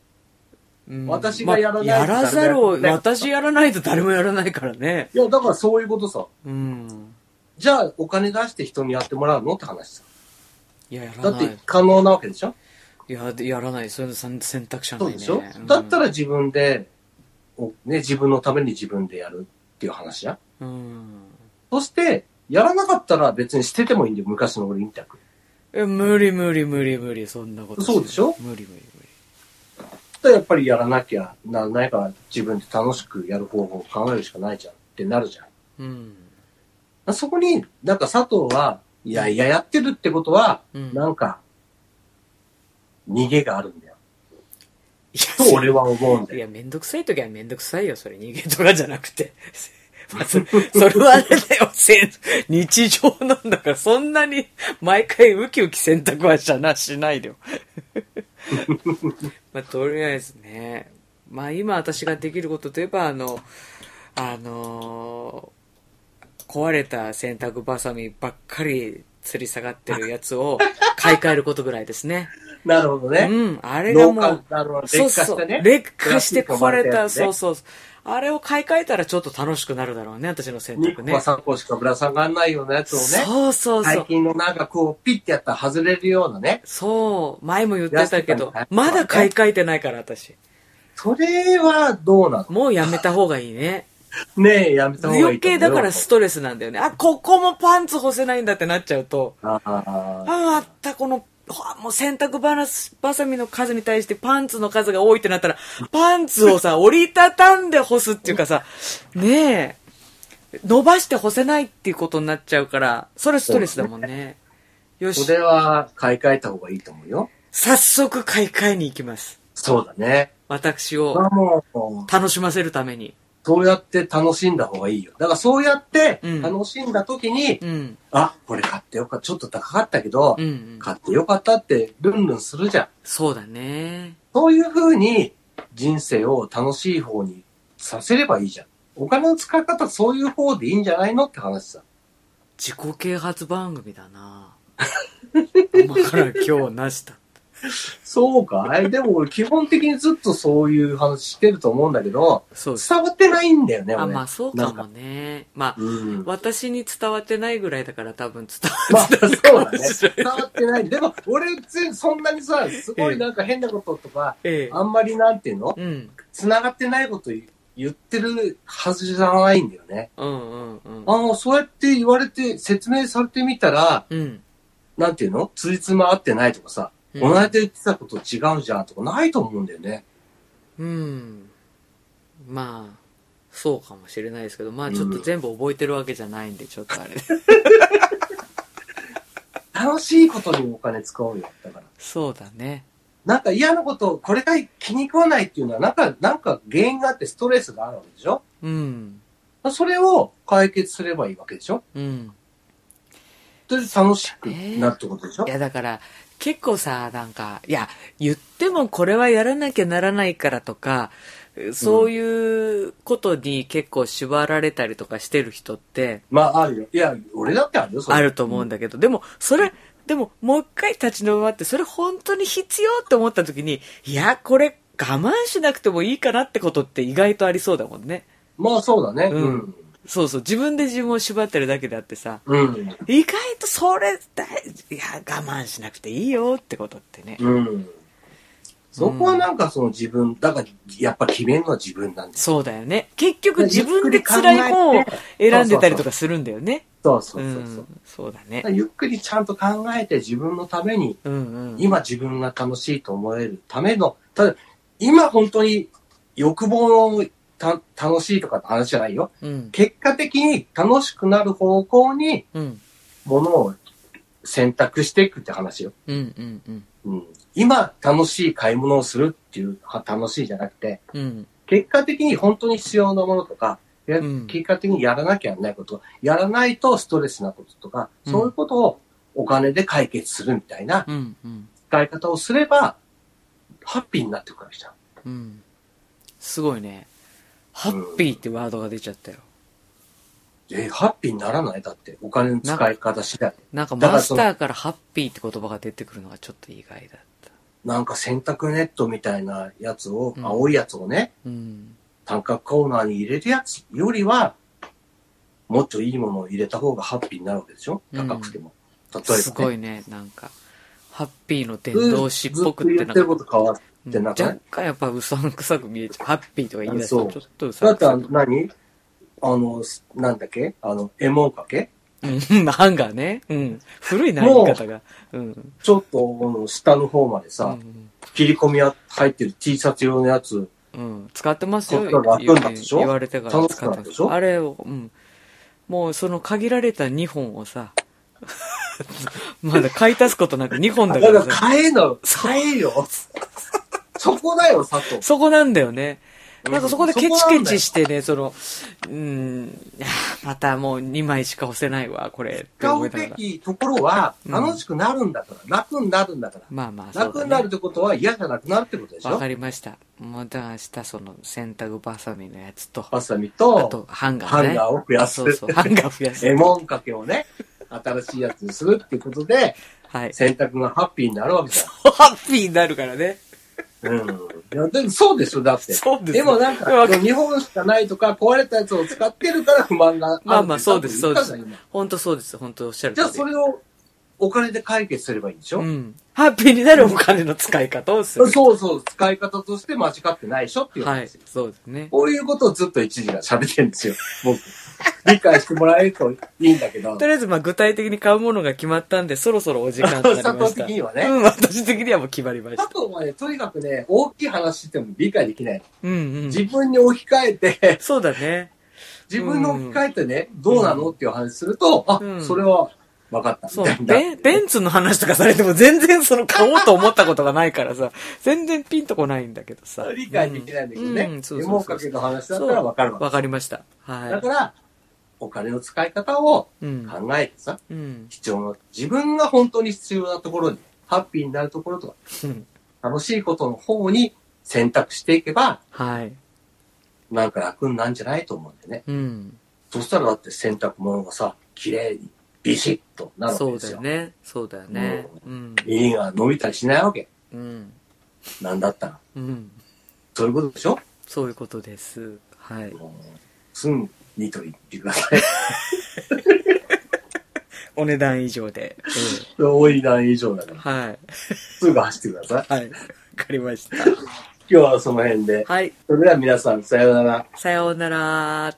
[SPEAKER 2] うん
[SPEAKER 1] 私がやらないと
[SPEAKER 2] まあやらざるを、
[SPEAKER 1] 誰もやらない
[SPEAKER 2] 私やらないと誰もやらないからね。
[SPEAKER 1] いや、だからそういうことさ。
[SPEAKER 2] うん。
[SPEAKER 1] じゃあ、お金出して人にやってもらうのって話さ。
[SPEAKER 2] いや、や
[SPEAKER 1] だ
[SPEAKER 2] ら
[SPEAKER 1] っ
[SPEAKER 2] な
[SPEAKER 1] て
[SPEAKER 2] い。
[SPEAKER 1] 可能なわけでしょ
[SPEAKER 2] いや、やらない。そういうの選選択肢は
[SPEAKER 1] そ
[SPEAKER 2] な
[SPEAKER 1] う
[SPEAKER 2] いね。
[SPEAKER 1] でしょ
[SPEAKER 2] うん
[SPEAKER 1] だったら、自分で、おね、自分のために自分でやるっていう話じゃん。
[SPEAKER 2] うん。
[SPEAKER 1] そして、やらなかったら別に捨ててもいいんだよ、昔の俺みたいな。
[SPEAKER 2] え、無理無理無理無理、そんなこと。
[SPEAKER 1] そうでしょ
[SPEAKER 2] 無理無理無理。
[SPEAKER 1] だからやっぱりやらなきゃならないから自分で楽しくやる方法を考えるしかないじゃんってなるじゃ
[SPEAKER 2] うん。
[SPEAKER 1] ん。そこに、なんか佐藤は、いやいややってるってことは、
[SPEAKER 2] うん
[SPEAKER 1] なんか、逃げがあるん
[SPEAKER 2] [laughs]
[SPEAKER 1] だよ。
[SPEAKER 2] い
[SPEAKER 1] と俺は思うん
[SPEAKER 2] や、い
[SPEAKER 1] だよ。
[SPEAKER 2] や、めんどくさい時はめんどくさいよ、それ。逃げとかじゃなくて。 [laughs] まず、それはあれだよ、せん日常なんだから、そんなに、毎回ウキウキ選択はしな、しない
[SPEAKER 1] [laughs]
[SPEAKER 2] でよ。まあ、とりあえずね。まあ、今私ができることといえば、あの、あのー壊れた洗濯バサミばっかり吊り下がってるやつを買い替えることぐらいですね。
[SPEAKER 1] なるほどね。
[SPEAKER 2] うん、あれが
[SPEAKER 1] 脳
[SPEAKER 2] も
[SPEAKER 1] 幹
[SPEAKER 2] う、
[SPEAKER 1] あの劣
[SPEAKER 2] そう
[SPEAKER 1] 化
[SPEAKER 2] そ
[SPEAKER 1] し
[SPEAKER 2] う
[SPEAKER 1] たね。
[SPEAKER 2] 劣化して壊れた、
[SPEAKER 1] プラスチックが生まれたやつね
[SPEAKER 2] そうそうそう。あれを買い替えたらちょっと楽しくなるだろうね、私の選
[SPEAKER 1] 2
[SPEAKER 2] 択
[SPEAKER 1] 個
[SPEAKER 2] ね。
[SPEAKER 1] か3個しかぶら下がらないようなやつをね。
[SPEAKER 2] そうそうそ
[SPEAKER 1] 最
[SPEAKER 2] う。
[SPEAKER 1] 近のなんかこう、ピッてやったら外れるようなね。
[SPEAKER 2] そう、前も言ってたけ
[SPEAKER 1] 安く
[SPEAKER 2] ど
[SPEAKER 1] 買い替えたらね、
[SPEAKER 2] まだ買い替えてないから、私。
[SPEAKER 1] それはどうな
[SPEAKER 2] もうやめた方がいい
[SPEAKER 1] [laughs]
[SPEAKER 2] ね。
[SPEAKER 1] のねえ、やめた方がい
[SPEAKER 2] 余
[SPEAKER 1] いと
[SPEAKER 2] 計
[SPEAKER 1] 思うよ。
[SPEAKER 2] だからストレスなんだよね。あ、ここもパンツ干せないんだってなっちゃうと、
[SPEAKER 1] ああ。
[SPEAKER 2] あ、またこのほわもう洗濯ばらす、ばさみの数に対してパンツの数が多いってなったら、パンツをさ、折りたたんで干すっていうかさ、ねえ、伸ばして干せないっていうことになっちゃうから、それストレスだもんね。よし
[SPEAKER 1] そ、れは買い替えた方がいいと思うよ。
[SPEAKER 2] 早速買い替えに行きます。
[SPEAKER 1] そうだね。
[SPEAKER 2] 私
[SPEAKER 1] それ
[SPEAKER 2] を
[SPEAKER 1] はもう、
[SPEAKER 2] 楽しませるために。
[SPEAKER 1] そうやって楽しんだ方がいいよ。だからそうやって
[SPEAKER 2] うん
[SPEAKER 1] 楽しんだ時に、
[SPEAKER 2] うん。
[SPEAKER 1] あ、これ買ってよかった。ちょっと高かったけど、
[SPEAKER 2] うん、うん。
[SPEAKER 1] 買ってよかったってルンルンするじゃん。
[SPEAKER 2] そうだね。
[SPEAKER 1] そういう風に人生を楽しい方にさせればいいじゃん。お金の使い方そういう方でいいんじゃないのって話さ。
[SPEAKER 2] 自己啓発番組だな [laughs] 今から今日なした。
[SPEAKER 1] そうかいでも俺基本的にずっとそういう話してると思うんだけど、
[SPEAKER 2] そうです。
[SPEAKER 1] 伝わってないんだよね、
[SPEAKER 2] あ、
[SPEAKER 1] 俺。
[SPEAKER 2] まあそうかもね。まあ、
[SPEAKER 1] うん。
[SPEAKER 2] 私に伝わってないぐらいだから多分伝
[SPEAKER 1] ま
[SPEAKER 2] わ
[SPEAKER 1] あ、
[SPEAKER 2] って
[SPEAKER 1] そう
[SPEAKER 2] [laughs] ない
[SPEAKER 1] だね。
[SPEAKER 2] しれない
[SPEAKER 1] 伝わってない。でも、俺、全然そんなにさ、すご
[SPEAKER 2] ええ
[SPEAKER 1] いなんか変なこととか、
[SPEAKER 2] ええ。
[SPEAKER 1] あんまりなんていうの
[SPEAKER 2] うん。
[SPEAKER 1] 繋がってないこと言ってるはずじゃないんだよね。
[SPEAKER 2] うんうんうん。
[SPEAKER 1] ああ、そうやって言われて、説明されてみたら、
[SPEAKER 2] うん。
[SPEAKER 1] なんていうのついつま合ってないとかさ、
[SPEAKER 2] うん
[SPEAKER 1] 同じで言ってたこと違うじゃんとかないと思うんだよね。
[SPEAKER 2] うん。まあ、そうかもしれないですけど、まあちょっと全部覚えてるわけじゃないんで、ちょっとあ
[SPEAKER 1] [laughs]
[SPEAKER 2] れで。
[SPEAKER 1] 楽しいことにお金使おうよ。だから。
[SPEAKER 2] そうだね。
[SPEAKER 1] なんか嫌なこと、これが気に食わないっていうのは、なんか、なんか原因があってストレスがあるわけでしょ
[SPEAKER 2] うん。
[SPEAKER 1] それを解決すればいいわけでしょ
[SPEAKER 2] うん。
[SPEAKER 1] それで楽しくなるってことでしょ、
[SPEAKER 2] いやだから、結構さ、なんか、いや、言ってもこれはやらなきゃならないからとか、そういうことに結構縛られたりとかしてる人って、
[SPEAKER 1] まあ、あるよ。いや、俺だってあるよ、それ
[SPEAKER 2] あると思うんだけど、でも、それ、でも、もう一回立ち止まって、それ本当に必要って思った時に、いや、これ我慢しなくてもいいかなってことって意外とありそうだもんね。
[SPEAKER 1] まあ、そうだね。
[SPEAKER 2] う
[SPEAKER 1] うんん。
[SPEAKER 2] そうそう、自分で自分を縛ってるだけであってさ、
[SPEAKER 1] うん。
[SPEAKER 2] 意外とそれ大事、いや、我慢しなくていいよってことってね。
[SPEAKER 1] うん。そこはなんかその自分、だから、やっぱ決めるのは自分なんです。
[SPEAKER 2] そうだよね。結局自分で辛い方を選んでたりとかするんだよね。
[SPEAKER 1] そうそううそうそう。
[SPEAKER 2] ん。そうだ
[SPEAKER 1] だ
[SPEAKER 2] ね
[SPEAKER 1] から。ゆっくりちゃんと考えて自分のために、
[SPEAKER 2] うんうん。
[SPEAKER 1] 今自分が楽しいと思えるための、ただ、今本当に欲望のた楽しいとかの話じゃないよ。
[SPEAKER 2] うん。
[SPEAKER 1] 結果的に楽しくなる方向に
[SPEAKER 2] うん。
[SPEAKER 1] ものを選択していくって話よ。
[SPEAKER 2] うんうんうん。
[SPEAKER 1] うん、今楽しい買い物をするっていうは楽しいじゃなくて、
[SPEAKER 2] うん。
[SPEAKER 1] 結果的に本当に必要なものとか、や
[SPEAKER 2] うん
[SPEAKER 1] 結果的にやらなきゃやらないこと、やらないとストレスなこととか、
[SPEAKER 2] うん
[SPEAKER 1] そういうことをお金で解決するみたいな
[SPEAKER 2] うんうん。
[SPEAKER 1] 使い方をすれば、ハッピーになってくるわけじゃん。
[SPEAKER 2] うん。すごいね。ハッピーってワードが出ちゃったよ。
[SPEAKER 1] え、ハッピーにならないだって、お金の使い方次第。
[SPEAKER 2] なんか
[SPEAKER 1] だか
[SPEAKER 2] マ
[SPEAKER 1] ら
[SPEAKER 2] ス
[SPEAKER 1] その
[SPEAKER 2] ターからハッピーって言葉が出てくるのがちょっと意外だった。
[SPEAKER 1] なんか洗濯ネットみたいなやつを、青いやつをね、
[SPEAKER 2] うん。
[SPEAKER 1] 単価コーナーに入れるやつよりは、もっといいものを入れた方がハッピーになるわけでしょ
[SPEAKER 2] うん
[SPEAKER 1] 高くても。例えば、ね。
[SPEAKER 2] すごいね、なんか。ハッピーの伝道師っぽく
[SPEAKER 1] ず
[SPEAKER 2] って
[SPEAKER 1] と言
[SPEAKER 2] な
[SPEAKER 1] ってる
[SPEAKER 2] ん
[SPEAKER 1] こ
[SPEAKER 2] か、
[SPEAKER 1] と変わっ
[SPEAKER 2] う
[SPEAKER 1] て
[SPEAKER 2] ん
[SPEAKER 1] なんか
[SPEAKER 2] 若
[SPEAKER 1] ね。
[SPEAKER 2] 干やっぱうさんくさく見えちゃう。ハッピーとか言い出すと
[SPEAKER 1] そう
[SPEAKER 2] ちょっとうさ
[SPEAKER 1] だっ
[SPEAKER 2] んく
[SPEAKER 1] たら
[SPEAKER 2] さく。
[SPEAKER 1] 何あの、すなんだっけあの、エモかけ
[SPEAKER 2] うん、ハンガーね。うん。古いな、言い方が。うん。
[SPEAKER 1] ちょっと、あの下の方まで
[SPEAKER 2] う
[SPEAKER 1] さ、
[SPEAKER 2] ん
[SPEAKER 1] 切り込みが入ってる T シャツ用のやつ、
[SPEAKER 2] うん。使ってますよ、
[SPEAKER 1] こっから楽になったでしょ
[SPEAKER 2] 言われてから使って
[SPEAKER 1] 楽しくなった
[SPEAKER 2] ま
[SPEAKER 1] ですし。ょ
[SPEAKER 2] あれを、うん。もうその限られた2本をさ、 [laughs] まだ買い足すことなく2本だ
[SPEAKER 1] だ
[SPEAKER 2] か
[SPEAKER 1] からら
[SPEAKER 2] さ、
[SPEAKER 1] 買えの、買
[SPEAKER 2] [laughs]
[SPEAKER 1] えよ。そこだよ、佐藤。
[SPEAKER 2] そこなんだよね。なんかそこでケチケチ
[SPEAKER 1] し
[SPEAKER 2] してね、その、うん、いやまたもう2枚しか干せないわ、これ。って
[SPEAKER 1] 使
[SPEAKER 2] 思
[SPEAKER 1] う
[SPEAKER 2] いな
[SPEAKER 1] べ
[SPEAKER 2] がら。
[SPEAKER 1] きところは、
[SPEAKER 2] うん
[SPEAKER 1] 楽しくなるんだから、楽になるんだから。
[SPEAKER 2] まあまあ、そう
[SPEAKER 1] 楽
[SPEAKER 2] だ
[SPEAKER 1] になる
[SPEAKER 2] ね
[SPEAKER 1] っ。てことは嫌じゃなくなるってことでし
[SPEAKER 2] わ
[SPEAKER 1] ょ
[SPEAKER 2] かりました。また明日その洗濯バサミのやつと、
[SPEAKER 1] バサミ
[SPEAKER 2] あ
[SPEAKER 1] と、
[SPEAKER 2] とハンガー
[SPEAKER 1] ハ
[SPEAKER 2] ね。
[SPEAKER 1] ンガーを増やす
[SPEAKER 2] そ。うそう、ハンガー増やす。
[SPEAKER 1] エモンかけをね、新しいやつにするってことで、
[SPEAKER 2] はい。
[SPEAKER 1] 選択がハッピーになるわけじゃ [laughs]
[SPEAKER 2] ハッピーになるからね。
[SPEAKER 1] ん。うん。いや、でもそうでしょ、だって。
[SPEAKER 2] そうです
[SPEAKER 1] でもなんか、
[SPEAKER 2] わか
[SPEAKER 1] 日本しかないとか、壊れたやつを使ってるから不満があるって
[SPEAKER 2] まあまあ、そうです、そ
[SPEAKER 1] 多
[SPEAKER 2] う
[SPEAKER 1] 分言
[SPEAKER 2] で
[SPEAKER 1] ったじゃ
[SPEAKER 2] す
[SPEAKER 1] ん今。
[SPEAKER 2] 本当そうです、本当おっしゃる
[SPEAKER 1] じ
[SPEAKER 2] 通
[SPEAKER 1] ゃ
[SPEAKER 2] り。
[SPEAKER 1] あ、それをお金で解決すればいいんでしょ、
[SPEAKER 2] うん。ハッピーになるお金の使い方をする。
[SPEAKER 1] そうそう、使い方として間違ってないでしょっていう
[SPEAKER 2] はい
[SPEAKER 1] 話。、
[SPEAKER 2] そうですね。
[SPEAKER 1] こういうことをずっと一時が喋ってるんですよ、僕。理解してもらえるといいんだ
[SPEAKER 2] [laughs]
[SPEAKER 1] けど
[SPEAKER 2] と、りあえず、まあ、具体的に買うものが決まったんで、そろそろお時間とな
[SPEAKER 1] [laughs]
[SPEAKER 2] りまし
[SPEAKER 1] 佐藤
[SPEAKER 2] た。
[SPEAKER 1] 的にはね
[SPEAKER 2] うん、私的にはもう決まりまし
[SPEAKER 1] 佐 [laughs]
[SPEAKER 2] た。
[SPEAKER 1] 藤はね、とにかくね、大きい話しても理解できない。
[SPEAKER 2] うんうん。
[SPEAKER 1] 自分に置き換えて、 [laughs]
[SPEAKER 2] そうだね。
[SPEAKER 1] 自分の置き換えてね、どうなのっていう話すると、あ
[SPEAKER 2] う、ん
[SPEAKER 1] それは分かった。
[SPEAKER 2] そ
[SPEAKER 1] みた
[SPEAKER 2] う。
[SPEAKER 1] いな
[SPEAKER 2] ベン、ベンツの話とかされても全然その買おうと思ったことがないからさ、全然ピンとこないんだけどさ。
[SPEAKER 1] 理解できないんだけどね。
[SPEAKER 2] うんうんそう
[SPEAKER 1] レ
[SPEAKER 2] そ
[SPEAKER 1] モ
[SPEAKER 2] う
[SPEAKER 1] ン
[SPEAKER 2] そ
[SPEAKER 1] か
[SPEAKER 2] う
[SPEAKER 1] けの話だったら分かるわ
[SPEAKER 2] わかりました。
[SPEAKER 1] け。だ
[SPEAKER 2] は
[SPEAKER 1] から、お金の使い方を
[SPEAKER 2] い。うん。
[SPEAKER 1] 考えてさ、
[SPEAKER 2] うん。 [laughs]
[SPEAKER 1] 必要な、自分が本当に必要なところに、ハッピーになるところとか、楽しいことの方に選択していけば、
[SPEAKER 2] はい。
[SPEAKER 1] なんか楽になんじゃないと思うんだよね。
[SPEAKER 2] うん。
[SPEAKER 1] そしたらだって洗濯物がさ、綺麗にビシッとなるわ
[SPEAKER 2] そ
[SPEAKER 1] け
[SPEAKER 2] う
[SPEAKER 1] で
[SPEAKER 2] だ
[SPEAKER 1] すよ。
[SPEAKER 2] よね。そうだよね。うん。
[SPEAKER 1] 家が伸びたりしないわけ。
[SPEAKER 2] うん。
[SPEAKER 1] なんだったら。
[SPEAKER 2] うん。
[SPEAKER 1] そういうことでしょ
[SPEAKER 2] そういうことです。はい。
[SPEAKER 1] もうすんにと言ってください。 [laughs]
[SPEAKER 2] お値段以上で。
[SPEAKER 1] 多い段以上だから、
[SPEAKER 2] はい。
[SPEAKER 1] すぐ走ってください。
[SPEAKER 2] はい。わかりました。
[SPEAKER 1] 今日はその辺で。
[SPEAKER 2] はい。
[SPEAKER 1] それでは皆さん、さようなら。
[SPEAKER 2] さようなら。